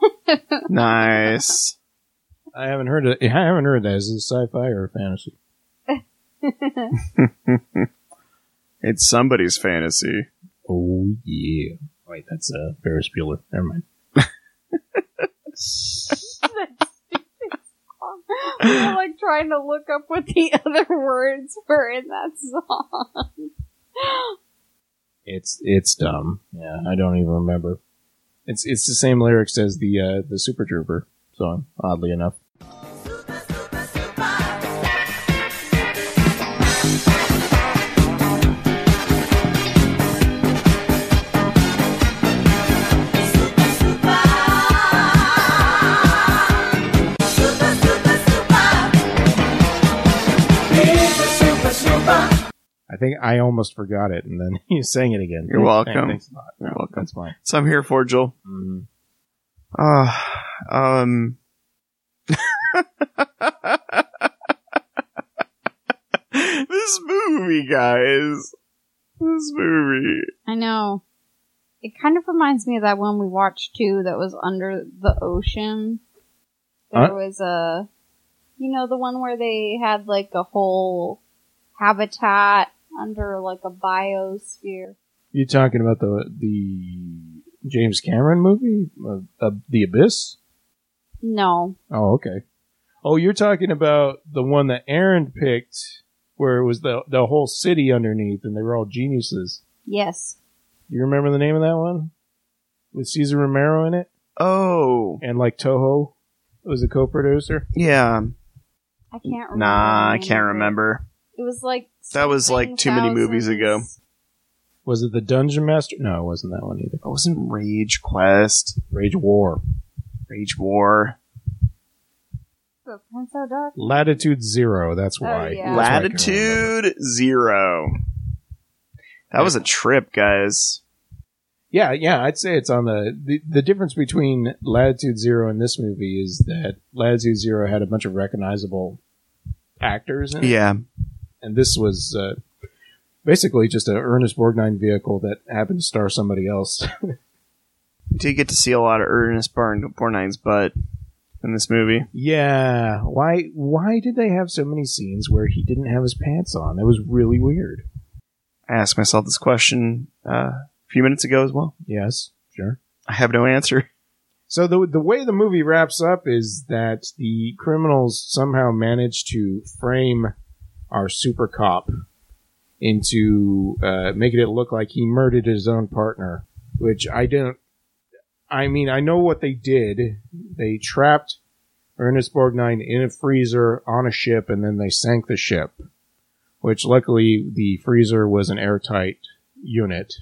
Speaker 3: Nice.
Speaker 1: I haven't heard it. I haven't heard that. Is it sci-fi or fantasy?
Speaker 3: It's somebody's fantasy.
Speaker 1: Oh yeah. Wait, that's uh, Ferris Bueller. Never mind.
Speaker 2: we were like trying to look up what the other words were in that song.
Speaker 1: It's it's dumb. Yeah, I don't even remember. It's it's the same lyrics as the uh, the Super Trooper song. Oddly enough,
Speaker 5: Super, super, super. Super, super. Super, super, super.
Speaker 4: He's a super snooper.
Speaker 1: I think I almost forgot it, and then you sang it again.
Speaker 3: You're welcome.
Speaker 1: Thanks a lot.
Speaker 3: You're welcome.
Speaker 1: That's fine.
Speaker 3: So I'm here for Joel.
Speaker 1: Mm.
Speaker 3: Uh, um. this movie, guys. This movie.
Speaker 2: I know. It kind of reminds me of that one we watched too that was under the ocean. There
Speaker 1: Huh?
Speaker 2: was a, you know, the one where they had like a whole habitat under like a biosphere.
Speaker 1: You talking about the the James Cameron movie, uh, uh, The Abyss?
Speaker 2: No.
Speaker 1: Oh, okay. Oh, you're talking about the one that Aaron picked, where it was the the whole city underneath, and they were all geniuses.
Speaker 2: Yes.
Speaker 1: You remember the name of that one with Caesar Romero in it?
Speaker 3: Oh,
Speaker 1: and like Toho was a co-producer.
Speaker 3: yeah.
Speaker 2: I can't remember.
Speaker 3: Nah,
Speaker 2: the
Speaker 3: I
Speaker 2: name
Speaker 3: can't
Speaker 2: of it.
Speaker 3: remember.
Speaker 2: It was like
Speaker 3: That was, like,
Speaker 2: something
Speaker 3: too many movies ago.
Speaker 1: Was it the Dungeon Master? No, it wasn't that one either.
Speaker 3: It wasn't Rage Quest,
Speaker 1: Rage War,
Speaker 3: Rage War,
Speaker 2: The Prince of Dark.
Speaker 1: Latitude Zero. That's why.
Speaker 2: Oh, yeah.
Speaker 1: That's why I can remember.
Speaker 3: Latitude Zero. That was a trip, guys.
Speaker 1: Yeah, yeah. I'd say it's on the, the the difference between Latitude Zero and this movie is that Latitude Zero had a bunch of recognizable actors, in it,
Speaker 3: Yeah.
Speaker 1: and this was. Uh, Basically, just an Ernest Borgnine vehicle that happened to star somebody else.
Speaker 3: did get to see a lot of Ernest Born- Borgnine's butt in this movie.
Speaker 1: yeah, why? Why did they have so many scenes where he didn't have his pants on? That was really weird.
Speaker 3: I asked myself this question uh, a few minutes ago as well.
Speaker 1: Yes, sure.
Speaker 3: I have no answer.
Speaker 1: So the the way the movie wraps up is that the criminals somehow manage to frame our super cop into uh, making it look like he murdered his own partner, which I didn't. I mean, I know what they did. They trapped Ernest Borgnine in a freezer on a ship, and then they sank the ship. Which luckily the freezer was an airtight unit,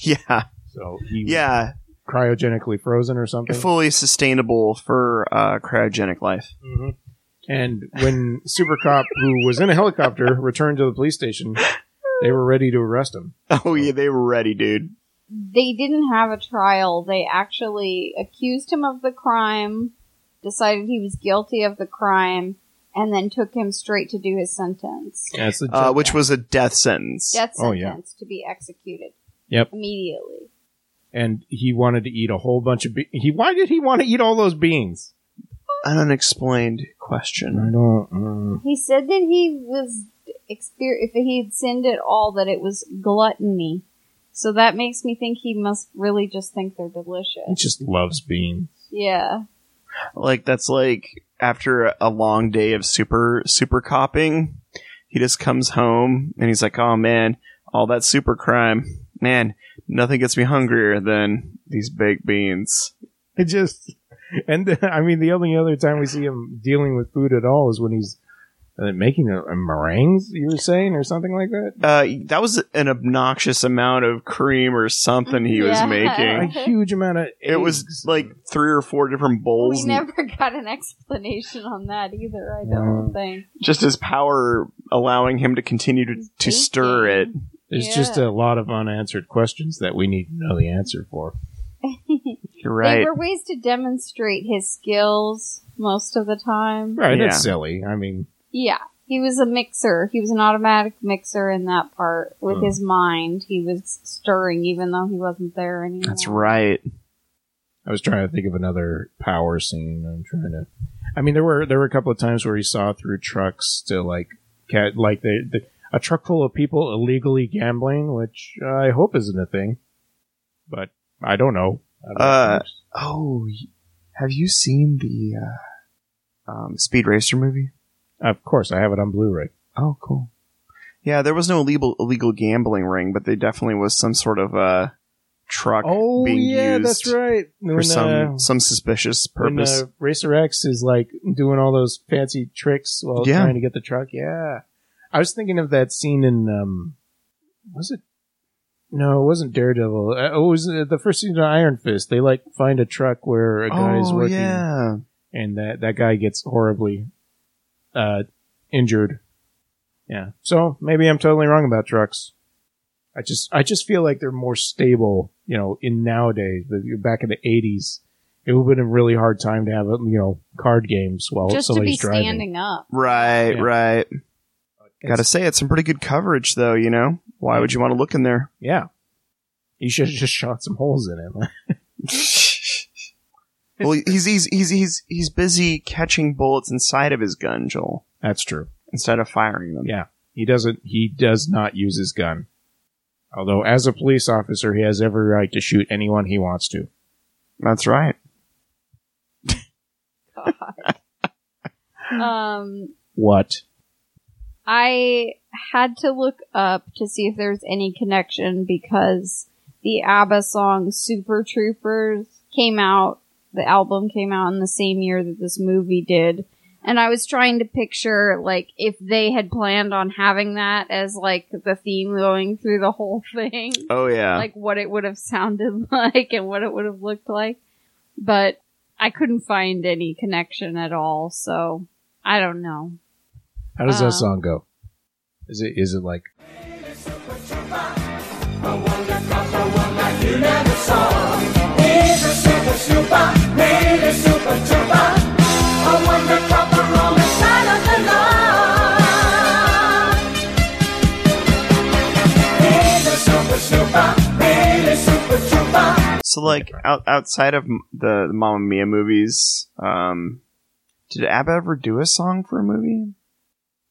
Speaker 3: yeah,
Speaker 1: so he was
Speaker 3: yeah,
Speaker 1: cryogenically frozen or something.
Speaker 3: fully sustainable for uh, cryogenic life.
Speaker 1: Mhm. And when Super Cop, who was in a helicopter, returned to the police station, they were ready to arrest him.
Speaker 3: Oh yeah, they were ready, dude.
Speaker 2: They didn't have a trial. They actually accused him of the crime. decided he was guilty of the crime, and then took him straight to do his sentence.
Speaker 1: That's the
Speaker 3: uh, which was a death sentence.
Speaker 2: Death
Speaker 1: Oh, yeah.
Speaker 2: sentence to be executed.
Speaker 1: Yep.
Speaker 2: Immediately.
Speaker 1: and he wanted to eat a whole bunch of be- he. Why did he want to eat all those beans?
Speaker 3: An unexplained question.
Speaker 1: I don't. uh,
Speaker 2: He said that he was exper- if he had sinned at all, that it was gluttony. So that makes me think he must really just think they're
Speaker 1: he
Speaker 2: delicious.
Speaker 1: just loves beans.
Speaker 2: Yeah.
Speaker 3: Like that's like after a- a long day of super super copping, he just comes home and he's like, "Oh man, all that super crime, man, nothing gets me hungrier than these baked beans."
Speaker 1: It just and then, I mean the only other time we see him dealing with food at all is when he's uh, making a, a meringues. You were saying or something like that.
Speaker 3: Uh, that was an obnoxious amount of cream or something he was
Speaker 2: Yeah.
Speaker 1: A
Speaker 3: making.
Speaker 1: huge amount of
Speaker 3: Mm-hmm. It was like three or four different bowls.
Speaker 2: We
Speaker 3: and-
Speaker 2: never got an explanation on that either, I don't think.
Speaker 3: just his power allowing him to continue to, to stir it.
Speaker 1: There's
Speaker 2: Yeah.
Speaker 1: just a lot of unanswered questions that we need to know the answer for.
Speaker 3: You're
Speaker 2: They
Speaker 3: right.
Speaker 2: were ways to demonstrate his skills most of the time.
Speaker 1: Right,
Speaker 3: Yeah.
Speaker 1: that's silly. I mean,
Speaker 2: Yeah. He was a mixer. He was an automatic mixer in that part. With
Speaker 1: Hmm.
Speaker 2: his mind, he was stirring even though he wasn't there anymore.
Speaker 3: That's right.
Speaker 1: I was trying to think of another power scene. I'm trying to. I mean, there were there were a couple of times where he saw through trucks to like cat like the, the a truck full of people illegally gambling, which I hope isn't a thing, but I don't know. I don't
Speaker 3: Uh,
Speaker 1: know.
Speaker 3: Oh, y- have you seen the uh, um, Speed Racer movie?
Speaker 1: of course, I have it on Blu-ray.
Speaker 3: Oh, cool. Yeah, there was no illegal illegal gambling ring, but there definitely was some sort of uh, truck being used
Speaker 1: Oh, right. uh,
Speaker 3: for some some suspicious
Speaker 1: when
Speaker 3: purpose.
Speaker 1: uh, Racer X is like doing all those fancy tricks while
Speaker 3: Yeah.
Speaker 1: trying to get the truck. Yeah, I was thinking of that scene in um, was it? No, it wasn't Daredevil. Uh, It was uh, the first season of Iron Fist. They like find a truck where a guy is
Speaker 3: oh,
Speaker 1: working,
Speaker 3: yeah.
Speaker 1: and that that guy gets horribly uh injured. Yeah, so maybe I'm totally wrong about trucks. I just I just feel like they're more stable, you know, in nowadays. But Back in the '80s, it would have been a really hard time to have um, you know card games while
Speaker 2: Just to be
Speaker 1: somebody's driving.
Speaker 2: standing up.
Speaker 3: Right,
Speaker 1: Yeah.
Speaker 3: right.
Speaker 1: It's- Mm.
Speaker 3: Gotta say, it's some pretty good coverage, though. You know, why would you want to look in there?
Speaker 1: yeah, you should have just shot some holes in it.
Speaker 3: well, he's he's he's he's he's busy catching bullets inside of his gun, Joel,
Speaker 1: That's true.
Speaker 3: instead of firing them.
Speaker 1: Yeah. He doesn't. He does not use his gun. Although, as a police officer, he has every right to shoot anyone he wants to.
Speaker 3: That's right.
Speaker 2: Um,
Speaker 1: What?
Speaker 2: I had to look up to see if there's any connection because the ABBA song Super Troopers came out, the album came out in the same year that this movie did. And I was trying to picture, like, if they had planned on having that as, like, the theme going through the whole thing
Speaker 3: Oh yeah.
Speaker 2: like what it would have sounded like and what it would have looked like. But I couldn't find any connection at all, so I don't know.
Speaker 1: How does that
Speaker 2: Uh,
Speaker 1: song go? Is it is it like
Speaker 3: so like out, outside of m- the, the Mamma Mia movies, um, did ABBA ever do a song for a movie?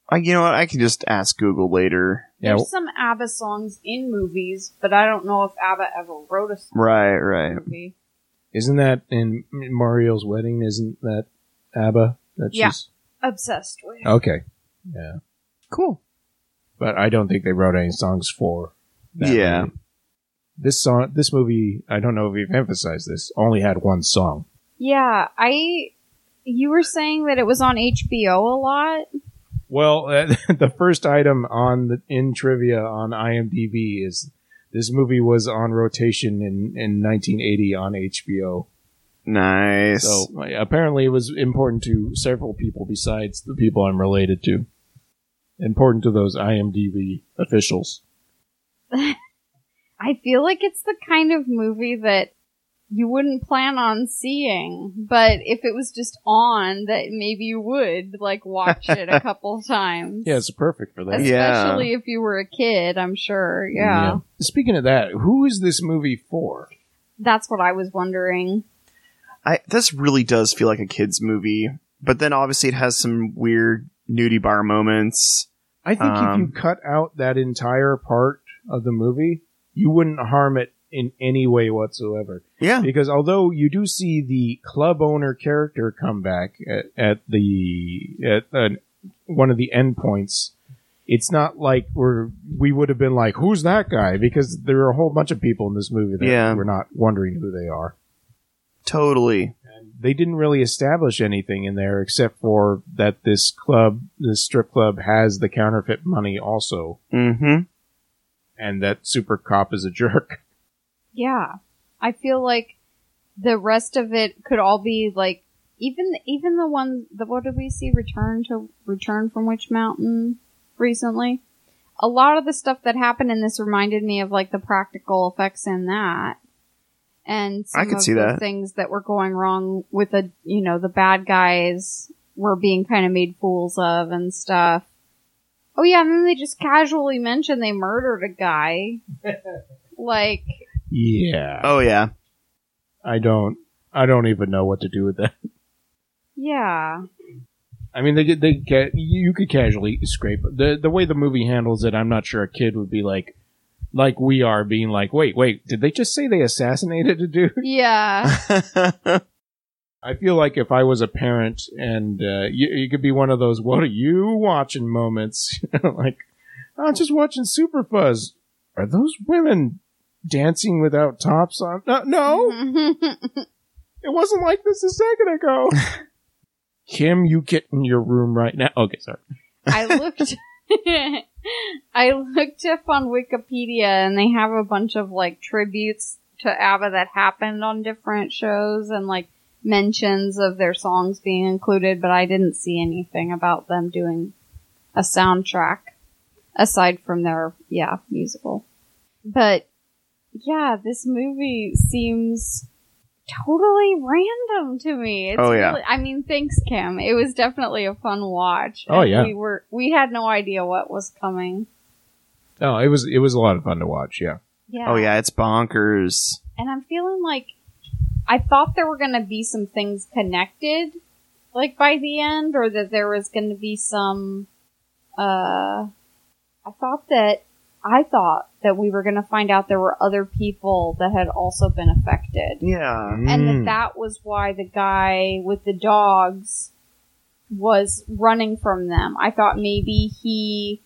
Speaker 3: I, you know what? I can just ask Google later.
Speaker 1: yeah?
Speaker 2: There's some ABBA songs in movies, but I don't know if ABBA ever wrote a song
Speaker 3: Right,
Speaker 2: in
Speaker 3: right.
Speaker 2: a movie.
Speaker 1: Isn't that in Mario's wedding? Isn't that ABBA? That
Speaker 2: Yeah.
Speaker 1: she's-
Speaker 2: Obsessed with.
Speaker 1: Okay. Yeah.
Speaker 3: Cool.
Speaker 1: But I don't think they wrote any songs for. That
Speaker 3: Yeah.
Speaker 1: movie. This song, this movie, I don't know if we've emphasized this. Only had one song.
Speaker 2: Yeah, I. You were saying that it was on HBO a lot.
Speaker 1: Well, uh, the first item on the, in trivia on IMDb is this movie was on rotation in in 1980 on HBO.
Speaker 3: Nice.
Speaker 1: So like, apparently, it was important to several people besides the people I'm related to. Important to those IMDb officials.
Speaker 2: I feel like it's the kind of movie that you wouldn't plan on seeing, but if it was just on, that maybe you would like watch it a couple times.
Speaker 1: Yeah, it's perfect for that.
Speaker 3: Yeah.
Speaker 2: especially if you were a kid. I'm sure. yeah.
Speaker 1: Speaking of that, who is this movie for?
Speaker 2: That's what I was wondering.
Speaker 3: I this really does feel like a kids movie, but then obviously it has some weird nudie bar moments.
Speaker 1: I think if
Speaker 3: Um,
Speaker 1: you cut out that entire part of the movie, you wouldn't harm it in any way whatsoever.
Speaker 3: Yeah,
Speaker 1: Because although you do see the club owner character come back at, at the at uh, one of the endpoints, it's not like we're we would have been like, "Who's that guy?" Because there are a whole bunch of people in this movie that
Speaker 3: Yeah.
Speaker 1: we're not wondering who they are.
Speaker 3: totally.
Speaker 1: They didn't really establish anything in there except for that this club, this strip club, has the counterfeit money also,
Speaker 3: Mm-hmm.
Speaker 1: and that super cop is a jerk.
Speaker 2: Yeah. I feel like the rest of it could all be like even even the one the what did we see return to return from Witch Mountain recently? A lot of the stuff that happened in this reminded me of like the practical effects in that. And some
Speaker 3: I could
Speaker 2: of
Speaker 3: see
Speaker 2: the
Speaker 3: that.
Speaker 2: things that were going wrong with the you know, the bad guys were being kind of made fools of and stuff. Oh yeah, and then they just casually mentioned they murdered a guy. like
Speaker 1: Yeah,
Speaker 3: Oh yeah,
Speaker 1: I don't, I don't even know what to do with that.
Speaker 2: Yeah.
Speaker 1: I mean, they get they get you could casually scrape the the way the movie handles it. I'm not sure a kid would be like, like we are being like, wait, wait, did they just say they assassinated a dude?
Speaker 2: Yeah.
Speaker 1: I feel like if I was a parent and uh, you, you could be one of those what are you watching moments, You know, like "Oh, I'm just watching Super Fuzz. Are those women dancing without tops on? No, no it wasn't like this a second ago. Kim, you get in your room right now. Okay, sorry.
Speaker 2: I looked I looked up on Wikipedia and they have a bunch of like tributes to ABBA that happened on different shows and like mentions of their songs being included, but I didn't see anything about them doing a soundtrack aside from their yeah, musical. But yeah, this movie seems totally random to me. It's
Speaker 3: Oh, yeah.
Speaker 2: really- I mean, thanks, Kim. It was definitely a fun watch.
Speaker 1: Oh,
Speaker 2: And
Speaker 1: yeah.
Speaker 2: we were we had no idea what was coming.
Speaker 1: No, it was it was a lot of fun to watch. Yeah.
Speaker 2: Yeah.
Speaker 3: oh yeah, it's bonkers.
Speaker 2: And I'm feeling like I thought there were going to be some things connected, like by the end, or that there was going to be some. Uh, I thought that I thought that we were going to find out there were other people that had also been affected.
Speaker 3: Yeah,
Speaker 1: Mm.
Speaker 2: and that that was why the guy with the dogs was running from them. I thought maybe he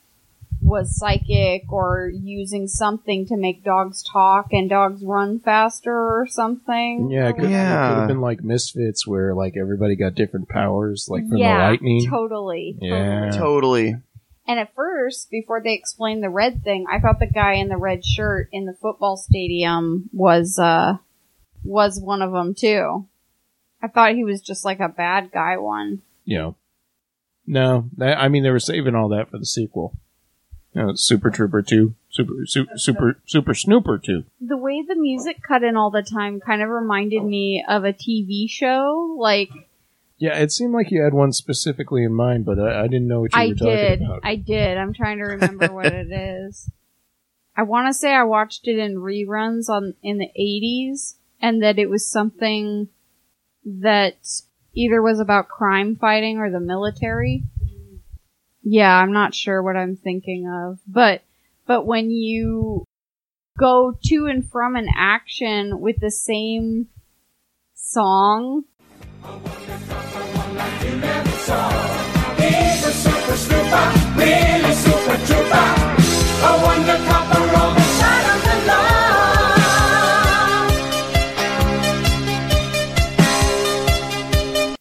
Speaker 2: was psychic or using something to make dogs talk and dogs run faster or something.
Speaker 1: yeah, it could,
Speaker 3: Yeah.
Speaker 1: it could have been like Misfits, where like everybody got different powers, like from
Speaker 2: Yeah,
Speaker 1: the lightning.
Speaker 2: Totally.
Speaker 1: Yeah.
Speaker 3: totally.
Speaker 2: And at first, before they explained the red thing, I thought the guy in the red shirt in the football stadium was uh was one of them too. I thought he was just like a bad guy one.
Speaker 1: you know, no, that, I mean they were saving all that for the sequel. You know, Super Trooper Two, Super su- Super Super Snooper Two.
Speaker 2: the way the music cut in all the time kind of reminded me of a TV show. Like
Speaker 1: Yeah, it seemed like you had one specifically in mind, but I, I didn't know what you
Speaker 2: I
Speaker 1: were talking
Speaker 2: did,
Speaker 1: about.
Speaker 2: I did. I'm trying to remember what it is. I want to say I watched it in reruns on in the 80s, and that it was something that either was about crime fighting or the military. Yeah, I'm not sure what I'm thinking of, but but when you go to and from an action with the same song
Speaker 4: He's a super snooper, really super trooper. A wonder copper on the side of the law.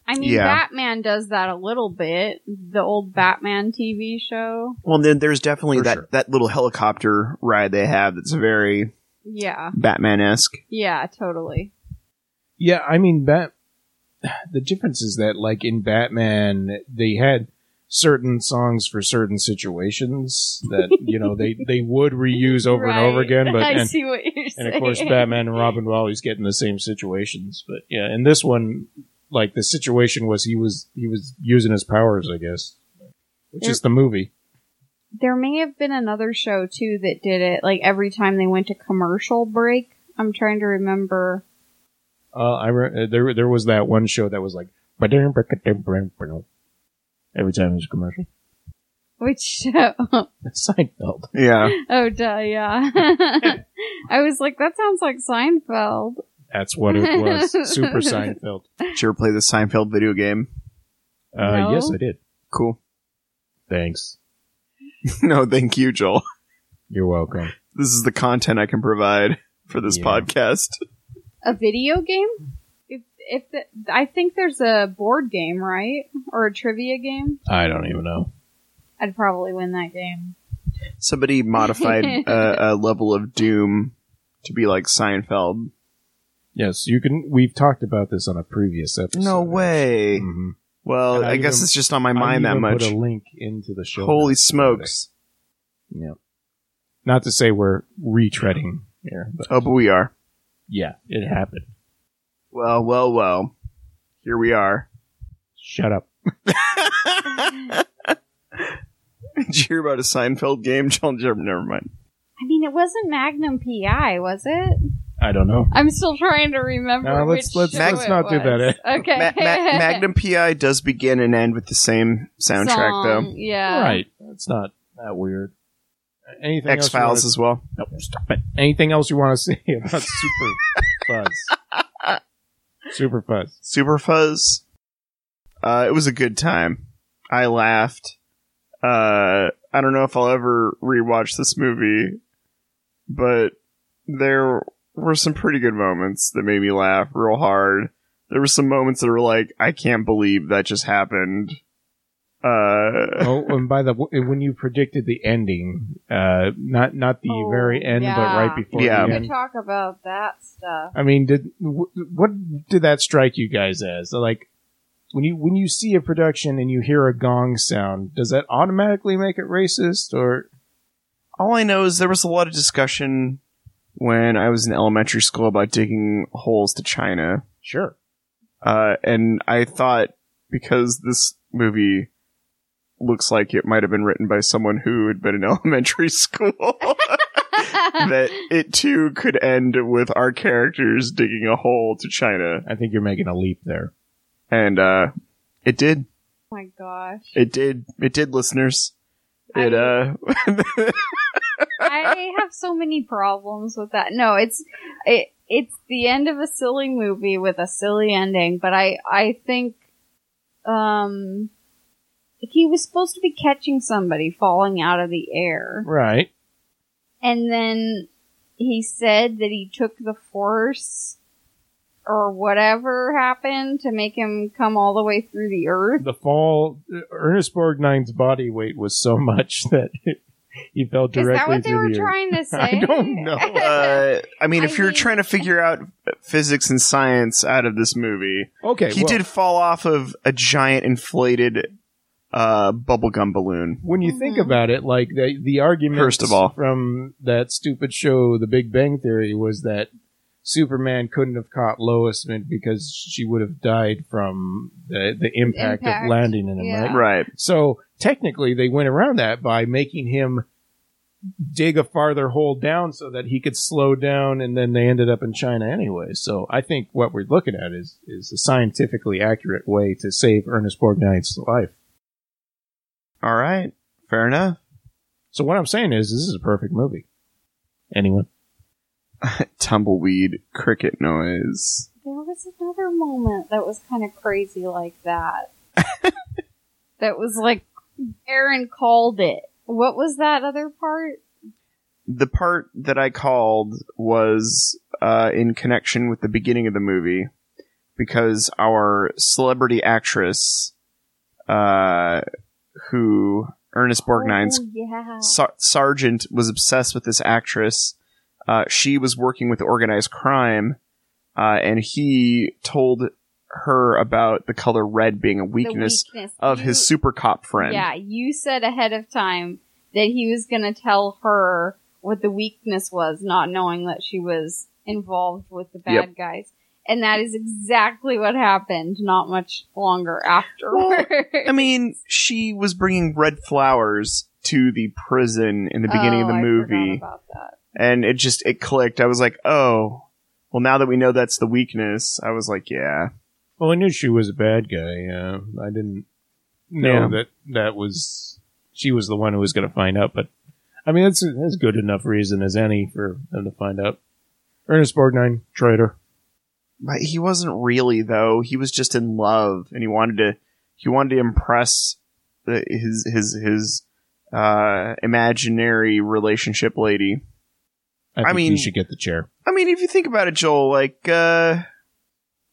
Speaker 2: I mean,
Speaker 3: Yeah.
Speaker 2: Batman does that a little bit. The old Batman TV show.
Speaker 3: Well, then there's definitely
Speaker 1: For
Speaker 3: that
Speaker 1: sure.
Speaker 3: that little helicopter ride they have that's very
Speaker 2: Yeah.
Speaker 3: Batman esque.
Speaker 2: Yeah, totally.
Speaker 1: Yeah, I mean, Bat. The difference is that, like in Batman, they had certain songs for certain situations that you know they they would reuse over and over
Speaker 2: Right.
Speaker 1: again. But
Speaker 2: I
Speaker 1: and,
Speaker 2: see what you're
Speaker 1: and
Speaker 2: saying.
Speaker 1: of course, Batman and Robin would always get in the same situations. But yeah, in this one, like the situation was he was he was using his powers, I guess, which is the movie.
Speaker 2: There may have been another show too that did it. Like every time they went to commercial break, I'm trying to remember.
Speaker 1: Uh, I re- uh, there there was that one show that was like every time there's a commercial.
Speaker 2: Which show?
Speaker 1: Seinfeld.
Speaker 3: Yeah.
Speaker 2: Oh, duh, yeah. I was like, that sounds like Seinfeld.
Speaker 1: That's what it was. Super Seinfeld.
Speaker 3: Did you ever play the Seinfeld video game?
Speaker 1: Uh,
Speaker 2: No.
Speaker 1: Yes, I did.
Speaker 3: Cool.
Speaker 1: Thanks.
Speaker 3: no, thank you, Joel.
Speaker 1: You're welcome.
Speaker 3: This is the content I can provide for this
Speaker 1: Yeah.
Speaker 3: podcast.
Speaker 2: A video game? If, if the, I think there's a board game, right? Or a trivia game?
Speaker 1: I don't even know.
Speaker 2: I'd probably win that game.
Speaker 3: Somebody modified a, a level of Doom to be like Seinfeld.
Speaker 1: Yes, you can. We've talked about this on a previous episode.
Speaker 3: No way.
Speaker 1: Mhm.
Speaker 3: Well,
Speaker 1: And
Speaker 3: I,
Speaker 1: I
Speaker 3: guess
Speaker 1: even-
Speaker 3: it's just on my
Speaker 1: I
Speaker 3: mind that
Speaker 1: even
Speaker 3: much.
Speaker 1: Put a link into the show.
Speaker 3: Holy
Speaker 1: notes about it.
Speaker 3: smokes.
Speaker 1: Yeah. Not to say we're retreading here, but
Speaker 3: Oh, but we are.
Speaker 1: yeah, it happened.
Speaker 3: Well, well, well. Here we are.
Speaker 1: Shut up.
Speaker 3: Did you hear about a Seinfeld game? Joel, never never mind.
Speaker 2: I mean, it wasn't Magnum PI, was it?
Speaker 1: I don't know.
Speaker 2: I'm still trying to remember.
Speaker 1: No, let's-
Speaker 2: which
Speaker 1: let's-
Speaker 2: show
Speaker 1: let's
Speaker 2: it
Speaker 1: not do
Speaker 2: was.
Speaker 1: that, eh?
Speaker 2: Okay.
Speaker 3: Ma- Ma- Magnum PI does begin and end with the same soundtrack,
Speaker 2: Song, Yeah.
Speaker 1: Right. That's not that weird. Anything
Speaker 3: though.
Speaker 1: else
Speaker 3: X
Speaker 1: you wanna-
Speaker 3: Files as well.
Speaker 1: No, stop it. Anything else you want to say about Super Fuzz? Super Fuzz.
Speaker 3: Super Fuzz. Uh, it was a good time. I laughed. Uh, I don't know if I'll ever rewatch this movie, but there were some pretty good moments that made me laugh real hard. There were some moments that were like, I can't believe that just happened. Uh,
Speaker 1: oh, and by the when you predicted the ending, uh, not not the
Speaker 2: Oh,
Speaker 1: very end, but
Speaker 2: yeah.
Speaker 1: right before
Speaker 3: Yeah.
Speaker 1: the
Speaker 2: We
Speaker 1: end.
Speaker 2: could talk about that stuff.
Speaker 1: I mean, did w- what did that strike you guys as? So, Like when you when you see a production and you hear a gong sound, does that automatically make it racist? Or
Speaker 3: all I know is there was a lot of discussion when I was in elementary school about digging holes to China.
Speaker 1: sure,
Speaker 3: Uh, and I thought because this movie looks like it might have been written by someone who had been in elementary school,
Speaker 2: Oh
Speaker 3: that it too could end with our characters digging a hole to China.
Speaker 1: I think you're making a leap there.
Speaker 3: And uh, it did.
Speaker 2: Oh my gosh.
Speaker 3: It did. It did, listeners. It uh,
Speaker 2: I have so many problems with that. No, it's it, it's the end of a silly movie with a silly ending, but I I think um he was supposed to be catching somebody falling out of the air.
Speaker 1: Right?
Speaker 2: And then he said that he took the force or whatever happened to make him come all the way through the earth.
Speaker 1: The fall. Ernest Borgnine's body weight was so much that he fell
Speaker 2: Is
Speaker 1: directly
Speaker 2: that what they
Speaker 1: through
Speaker 2: were
Speaker 1: the earth.
Speaker 2: trying to say?
Speaker 1: I don't know.
Speaker 3: uh, I mean,
Speaker 2: I
Speaker 3: if you're
Speaker 2: mean-
Speaker 3: trying to figure out physics and science out of this movie,
Speaker 1: Okay,
Speaker 3: he
Speaker 1: well,
Speaker 3: did fall off of a giant inflated uh, bubblegum balloon.
Speaker 1: when you think
Speaker 2: Mhm.
Speaker 1: about it, like the the argument
Speaker 3: First of all.
Speaker 1: from that stupid show, The Big Bang Theory, was that Superman couldn't have caught Lois Mint because she would have died from the the impact,
Speaker 2: Impact,
Speaker 1: of landing in him,
Speaker 2: yeah.
Speaker 1: right?
Speaker 3: Right.
Speaker 1: So technically, they went around that by making him dig a farther hole down so that he could slow down, and then they ended up in China anyway. So I think what we're looking at is is a scientifically accurate way to save Ernest Borgnine's life.
Speaker 3: All right. Fair enough.
Speaker 1: So what I'm saying is, this is a perfect movie. Anyone?
Speaker 3: Tumbleweed cricket noise.
Speaker 2: There was another moment that was kind of crazy like that. that was like Aaron called it. What was that other part?
Speaker 3: The part that I called was uh, in connection with the beginning of the movie because our celebrity actress, uh, who Ernest Borgnine's
Speaker 2: Oh, yeah.
Speaker 3: Sar- Sargent was obsessed with this actress. Uh, she was working with organized crime, uh, and he told her about the color red being a weakness, of his
Speaker 2: You-
Speaker 3: super cop friend.
Speaker 2: Yeah, you said ahead of time that he was going to tell her what the weakness was, not knowing that she was involved with the bad
Speaker 3: Yep.
Speaker 2: guys. And that is exactly what happened not much longer afterward.
Speaker 3: I mean, she was bringing red flowers to the prison in the beginning of the
Speaker 2: Oh, I forgot
Speaker 3: movie,
Speaker 2: about that.
Speaker 3: and it just it clicked. I was like, oh, well, now that we know that's the weakness, I was like, yeah,
Speaker 1: Well, I knew she was a bad guy. Uh, I didn't know
Speaker 3: Yeah.
Speaker 1: that that was she was the one who was going to find out. But I mean, that's that's good enough reason as any for them to find out. Ernest Borgnine, traitor.
Speaker 3: but he wasn't really though. He was just in love, and he wanted to he wanted to impress the, his his his uh, imaginary relationship lady.
Speaker 1: I,
Speaker 3: I
Speaker 1: think
Speaker 3: mean-
Speaker 1: you should get the chair.
Speaker 3: I mean, if you think about it, Joel, like, uh,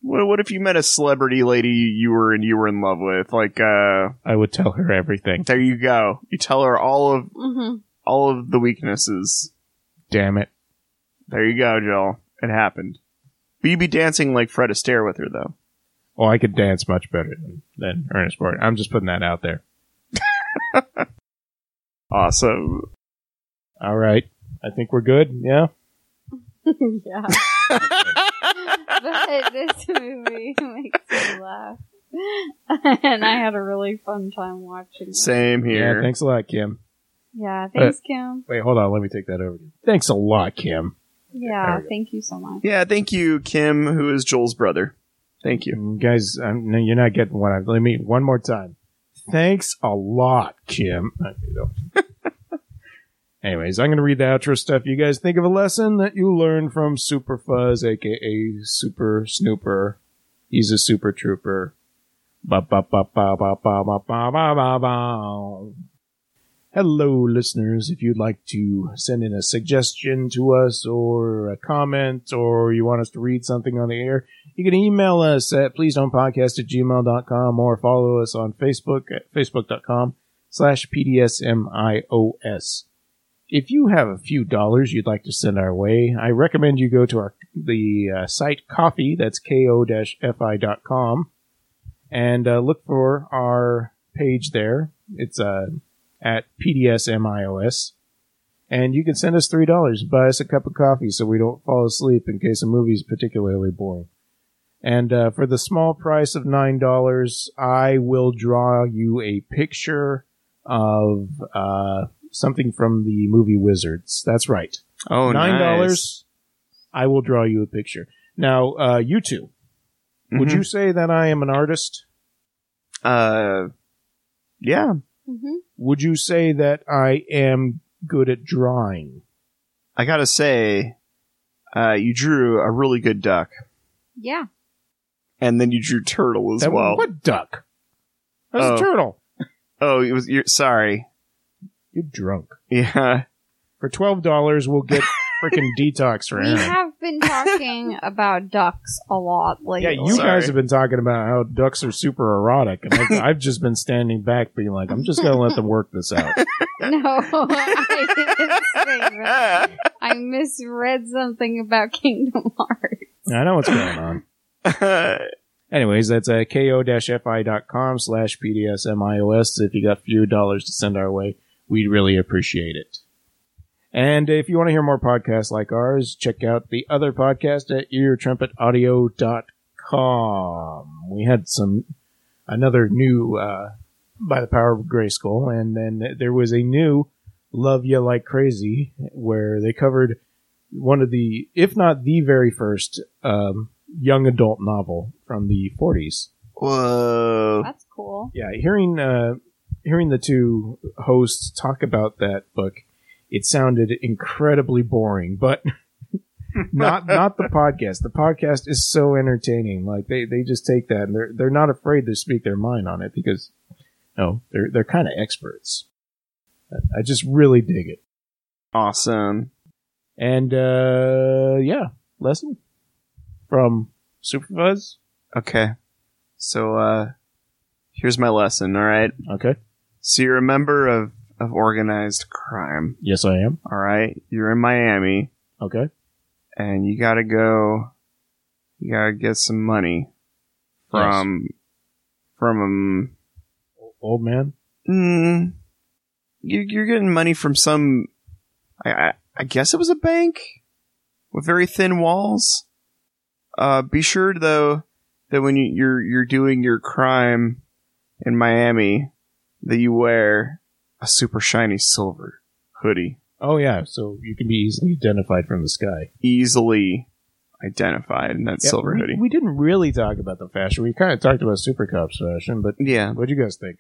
Speaker 3: what, what if you met a celebrity lady you were and you were in love with? Like, uh,
Speaker 1: I would tell her everything.
Speaker 3: there you go. You tell her all of
Speaker 2: Mhm.
Speaker 3: all of the weaknesses.
Speaker 1: Damn it!
Speaker 3: There you go, Joel. It happened. But you'd be dancing like Fred Astaire with her, though.
Speaker 1: Oh, I could dance much better than, than Ernest Borgnine. I'm just putting that out there.
Speaker 3: Awesome.
Speaker 1: All right, I think we're good. Yeah.
Speaker 2: yeah. but this movie makes me laugh. and I had a really fun time watching it.
Speaker 3: Same
Speaker 1: Yeah.
Speaker 3: here.
Speaker 1: Thanks a lot, Kim.
Speaker 2: yeah, thanks, Kim.
Speaker 1: Wait, hold on. Let me take that over. Thanks a lot, Kim.
Speaker 2: Yeah,
Speaker 1: we go.
Speaker 2: thank you so much.
Speaker 3: yeah, thank you, Kim, who is Joel's brother. Thank you.
Speaker 1: Mm, Guys, I'm, no, you're not getting what I let me one more time. Thanks a lot, Kim. Okay, no. Anyways, I'm going to read the outro stuff. You guys think of a lesson that you learned from Super Fuzz, aka Super Snooper. He's a super trooper. Ba ba ba ba ba ba ba ba ba ba ba. Hello, listeners. If you'd like to send in a suggestion to us or a comment or you want us to read something on the air, you can email us at please don't podcast at gmail.com or follow us on Facebook at facebook.com slash PDSMIOS. If you have a few dollars you'd like to send our way, I recommend you go to our the uh, site coffee, that's ko-fi.com, and uh, look for our page there. It's uh, at PDSMIOS. And you can send us $3, buy us a cup of coffee so we don't fall asleep in case a movie's particularly boring. And uh, for the small price of nine dollars, I will draw you a picture of uh, something from the movie Wizards. That's right,
Speaker 3: Oh,
Speaker 1: nine dollars. I will draw you a picture. Now, uh, you 2 would
Speaker 3: Mm-hmm.
Speaker 1: you say that I am an artist?
Speaker 3: Uh, yeah.
Speaker 2: hmm
Speaker 1: Would you say that I am good at drawing?
Speaker 3: I gotta say, uh, you drew a really good duck,
Speaker 2: Yeah.
Speaker 3: and then you drew turtle as
Speaker 1: That-
Speaker 3: well.
Speaker 1: What duck? That's
Speaker 3: Oh.
Speaker 1: a turtle.
Speaker 3: Oh, it was. You're sorry.
Speaker 1: You're drunk.
Speaker 3: Yeah.
Speaker 1: For twelve dollars, we'll get freaking detox for
Speaker 2: We
Speaker 1: Aaron.
Speaker 2: have been talking about ducks a lot
Speaker 1: Yeah,
Speaker 2: lately.
Speaker 1: you
Speaker 3: Sorry.
Speaker 1: guys have been talking about how ducks are super erotic, and I've, I've just been standing back, being like, "I'm just gonna let them work this out."
Speaker 2: No, I didn't say that. I misread something about Kingdom Hearts.
Speaker 1: I know what's going on. Anyways, that's uh, ko-fi.com slash pdsmios. If you got few dollars to send our way, we'd really appreciate it. And if you want to hear more podcasts like ours, check out the other podcast at eartrumpetaudio.com. We had some, another new, uh, by the power of Grayskull, and then there was a new Love Ya Like Crazy where they covered one of the, if not the very first, um, young adult novel from the 40s.
Speaker 3: Whoa.
Speaker 2: That's cool.
Speaker 1: Yeah, hearing uh, hearing the two hosts talk about that book, it sounded incredibly boring, but not not the podcast. The podcast is so entertaining. Like they, they just take that and they're they're not afraid to speak their mind on it because no, they're they're kind of experts. I- I just really dig it.
Speaker 3: Awesome.
Speaker 1: And uh, yeah, lesson from Super Fuzz.
Speaker 3: Okay. So, uh, here's my lesson, alright?
Speaker 1: Okay.
Speaker 3: So you're a member of, of organized crime,
Speaker 1: Yes, I am.
Speaker 3: alright? You're in Miami,
Speaker 1: Okay.
Speaker 3: and you gotta go, you gotta get some money from from um,
Speaker 1: Old man.
Speaker 3: mm, you, you're getting money from some. I, I, I guess it was a bank with very thin walls. Uh, be sure though that when you, you're you're doing your crime in Miami, that you wear a super shiny silver hoodie,
Speaker 1: Oh yeah, so you can be easily identified from the sky.
Speaker 3: easily identified in that
Speaker 1: Yeah,
Speaker 3: silver
Speaker 1: we,
Speaker 3: hoodie.
Speaker 1: We didn't really talk about the fashion. We kind of talked about Super Cop's fashion, but
Speaker 3: yeah.
Speaker 1: what do you guys think?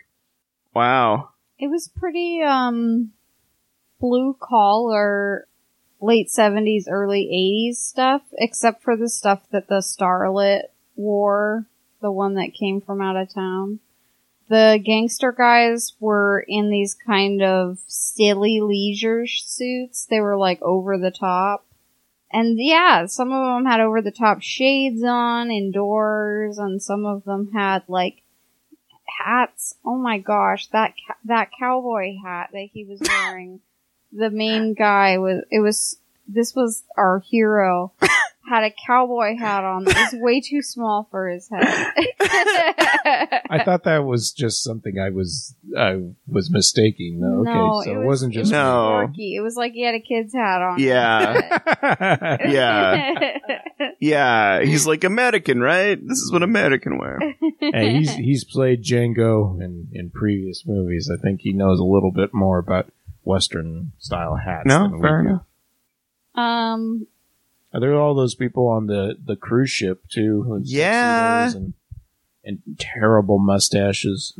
Speaker 3: Wow.
Speaker 2: It was pretty um blue collar late 70s early 80s stuff except for the stuff that the starlet wore, the one that came from out of town. The gangster guys were in these kind of silly leisure suits. They were like over the top. And yeah, some of them had over the top shades on indoors and some of them had like hats. Oh my gosh, that ca- that cowboy hat that he was wearing. the main guy was it was this was our hero had a cowboy hat on that was way too small for his head.
Speaker 1: I thought that was just something I was I was mistaking. No, okay, so it, was, not just
Speaker 3: No.
Speaker 2: was dorky. It was like he had a kid's hat on.
Speaker 3: Yeah. yeah. Yeah. He's like American, right? This is what American wear.
Speaker 1: hey, he's he's played Django in in previous movies. I think he knows a little bit more about Western style hats.
Speaker 3: No,
Speaker 1: than we
Speaker 3: fair
Speaker 1: do.
Speaker 3: enough.
Speaker 2: um.
Speaker 1: Are there all those people on the the cruise ship too? who had
Speaker 3: Yeah.
Speaker 1: tuxedos and, and terrible mustaches.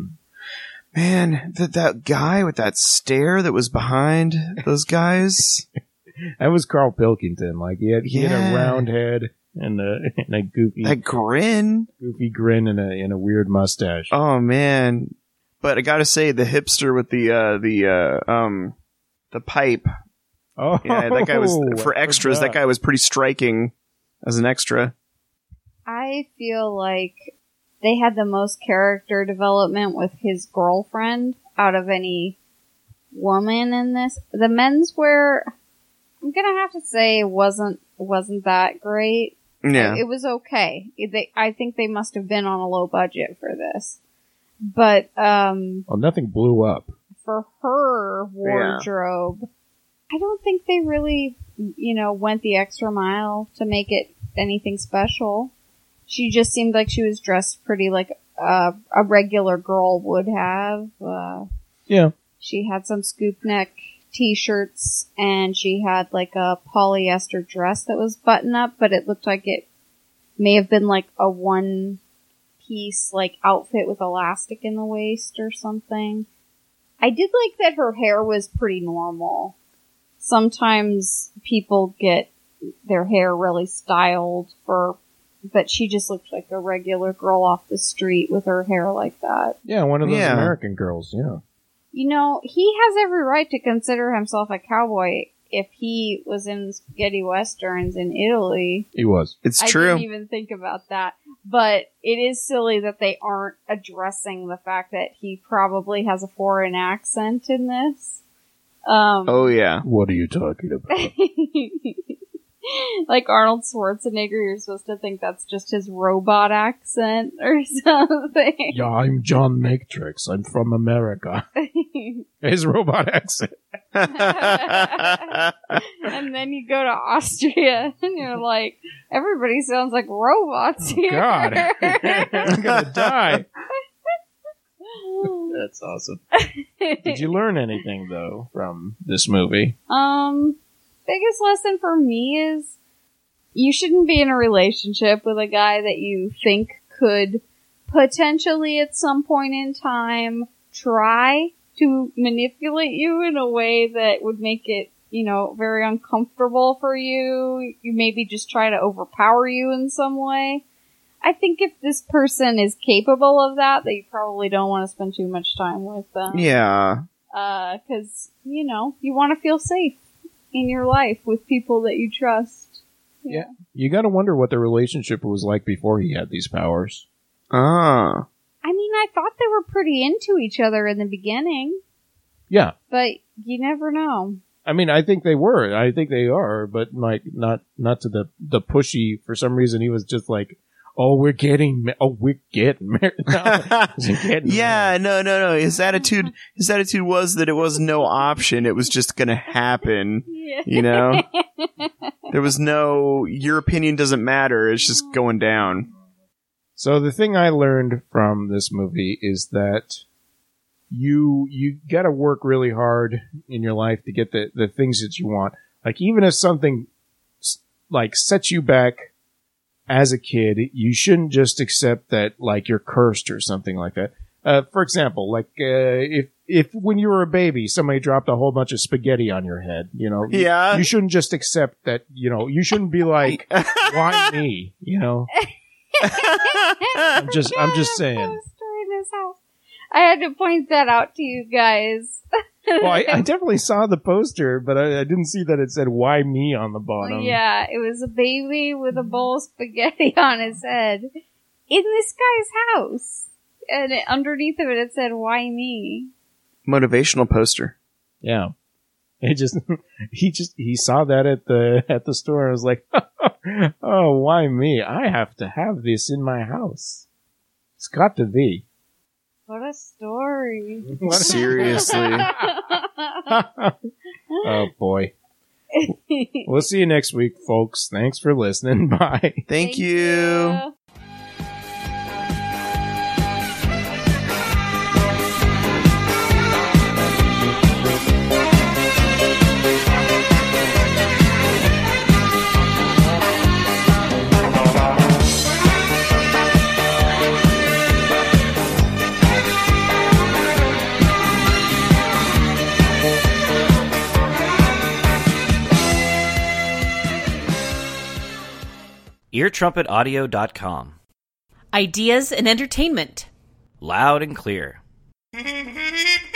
Speaker 3: Man, that that guy with that stare that was behind those guys.
Speaker 1: That was Carl Pilkington. Like he had he had
Speaker 3: Yeah.
Speaker 1: a round head and a and a goofy
Speaker 3: that grin.
Speaker 1: goofy grin and a and a weird mustache.
Speaker 3: Oh man. But I gotta say, the hipster with the uh the uh um the pipe.
Speaker 1: Oh,
Speaker 3: Yeah, that guy was for
Speaker 1: I
Speaker 3: extras, that
Speaker 1: forgot.
Speaker 3: guy was pretty striking as an extra.
Speaker 2: I feel like they had the most character development with his girlfriend out of any woman in this. The menswear, I'm gonna have to say, wasn't wasn't that great.
Speaker 3: Yeah.
Speaker 2: It was okay. It- They, I think they must have been on a low budget for this, but um,
Speaker 1: Well, Oh, nothing blew up.
Speaker 2: for her wardrobe, I don't think they really, you know, went the extra mile to make it anything special. She just seemed like she was dressed pretty like uh, a regular girl would have. Uh,
Speaker 1: Yeah,
Speaker 2: she had some scoop neck t-shirts and she had like a polyester dress that was button up, but it looked like it may have been like a one piece like outfit with elastic in the waist or something. I did like that her hair was pretty normal. Sometimes people get their hair really styled for but she just looked like a regular girl off the street with her hair like that.
Speaker 1: yeah, one of those
Speaker 3: Yeah.
Speaker 1: American girls. Yeah,
Speaker 2: You know, he has every right to consider himself a cowboy if he was in spaghetti westerns in Italy.
Speaker 1: he was.
Speaker 3: it's
Speaker 2: I
Speaker 3: true.
Speaker 2: didn't even think about that. But it is silly that they aren't addressing the fact that he probably has a foreign accent in this. Um,
Speaker 3: oh yeah.
Speaker 1: What are you talking about?
Speaker 2: like Arnold Schwarzenegger, you're supposed to think that's just his robot accent or something.
Speaker 1: yeah, I'm John Matrix. I'm from America. His robot accent.
Speaker 2: and then you go to Austria and you're like, everybody sounds like
Speaker 1: Oh,
Speaker 2: robots here.
Speaker 1: God, I'm gonna die. That's awesome. Did you learn anything though from this movie?
Speaker 2: um, biggest lesson for me is you shouldn't be in a relationship with a guy that you think could potentially at some point in time try to manipulate you in a way that would make it, you know, very uncomfortable for you. You maybe just try to overpower you in some way. I think if this person is capable of that, that you probably don't want to spend too much time with them
Speaker 3: yeah.
Speaker 2: because uh, you know you want to feel safe in your life with people that you trust.
Speaker 1: You got to wonder what the relationship was like before he had these powers.
Speaker 3: Ah.
Speaker 2: I mean, I thought they were pretty into each other in the beginning,
Speaker 1: Yeah,
Speaker 2: but you never know.
Speaker 1: I mean, I think they were. I think they are, but like not not to the the pushy. For some reason, he was just like, oh, we're getting, ma- oh, we're getting married. No, it's getting married.
Speaker 3: yeah, no, no, no. His attitude, his attitude was that it was no option. It was just going to happen.
Speaker 2: Yeah.
Speaker 3: You know, there was no. Your opinion doesn't matter. It's just going down.
Speaker 1: So the thing I learned from this movie is that you you got to work really hard in your life to get the the things that you want. Like even if something s- like sets you back as a kid, you shouldn't just accept that like you're cursed or something like that. Uh, for example, like uh, if if when you were a baby, somebody dropped a whole bunch of spaghetti on your head, you know, you-
Speaker 3: Yeah.
Speaker 1: you shouldn't just accept that. You know, you shouldn't be like, why me? You know. I'm just, I'm just saying.
Speaker 2: I had to point that out to you guys.
Speaker 1: Well, I, I definitely saw the poster, but I, I didn't see that it said "Why me" on the bottom.
Speaker 2: yeah, it was a baby with a bowl of spaghetti on his head in this guy's house. And it, underneath of it, it said, Why me?
Speaker 3: Motivational poster.
Speaker 1: yeah. It just, he just, he saw that at the at the store. and was like, "Oh, why me? I have to have this in my house. It's got to be."
Speaker 2: What a story.
Speaker 3: Seriously.
Speaker 1: oh boy. we'll see you next week, folks. Thanks for listening. Bye.
Speaker 3: Thank, you.
Speaker 6: EarTrumpetAudio.com.
Speaker 7: Ideas and entertainment.
Speaker 6: Loud and clear.
Speaker 5: Thank you.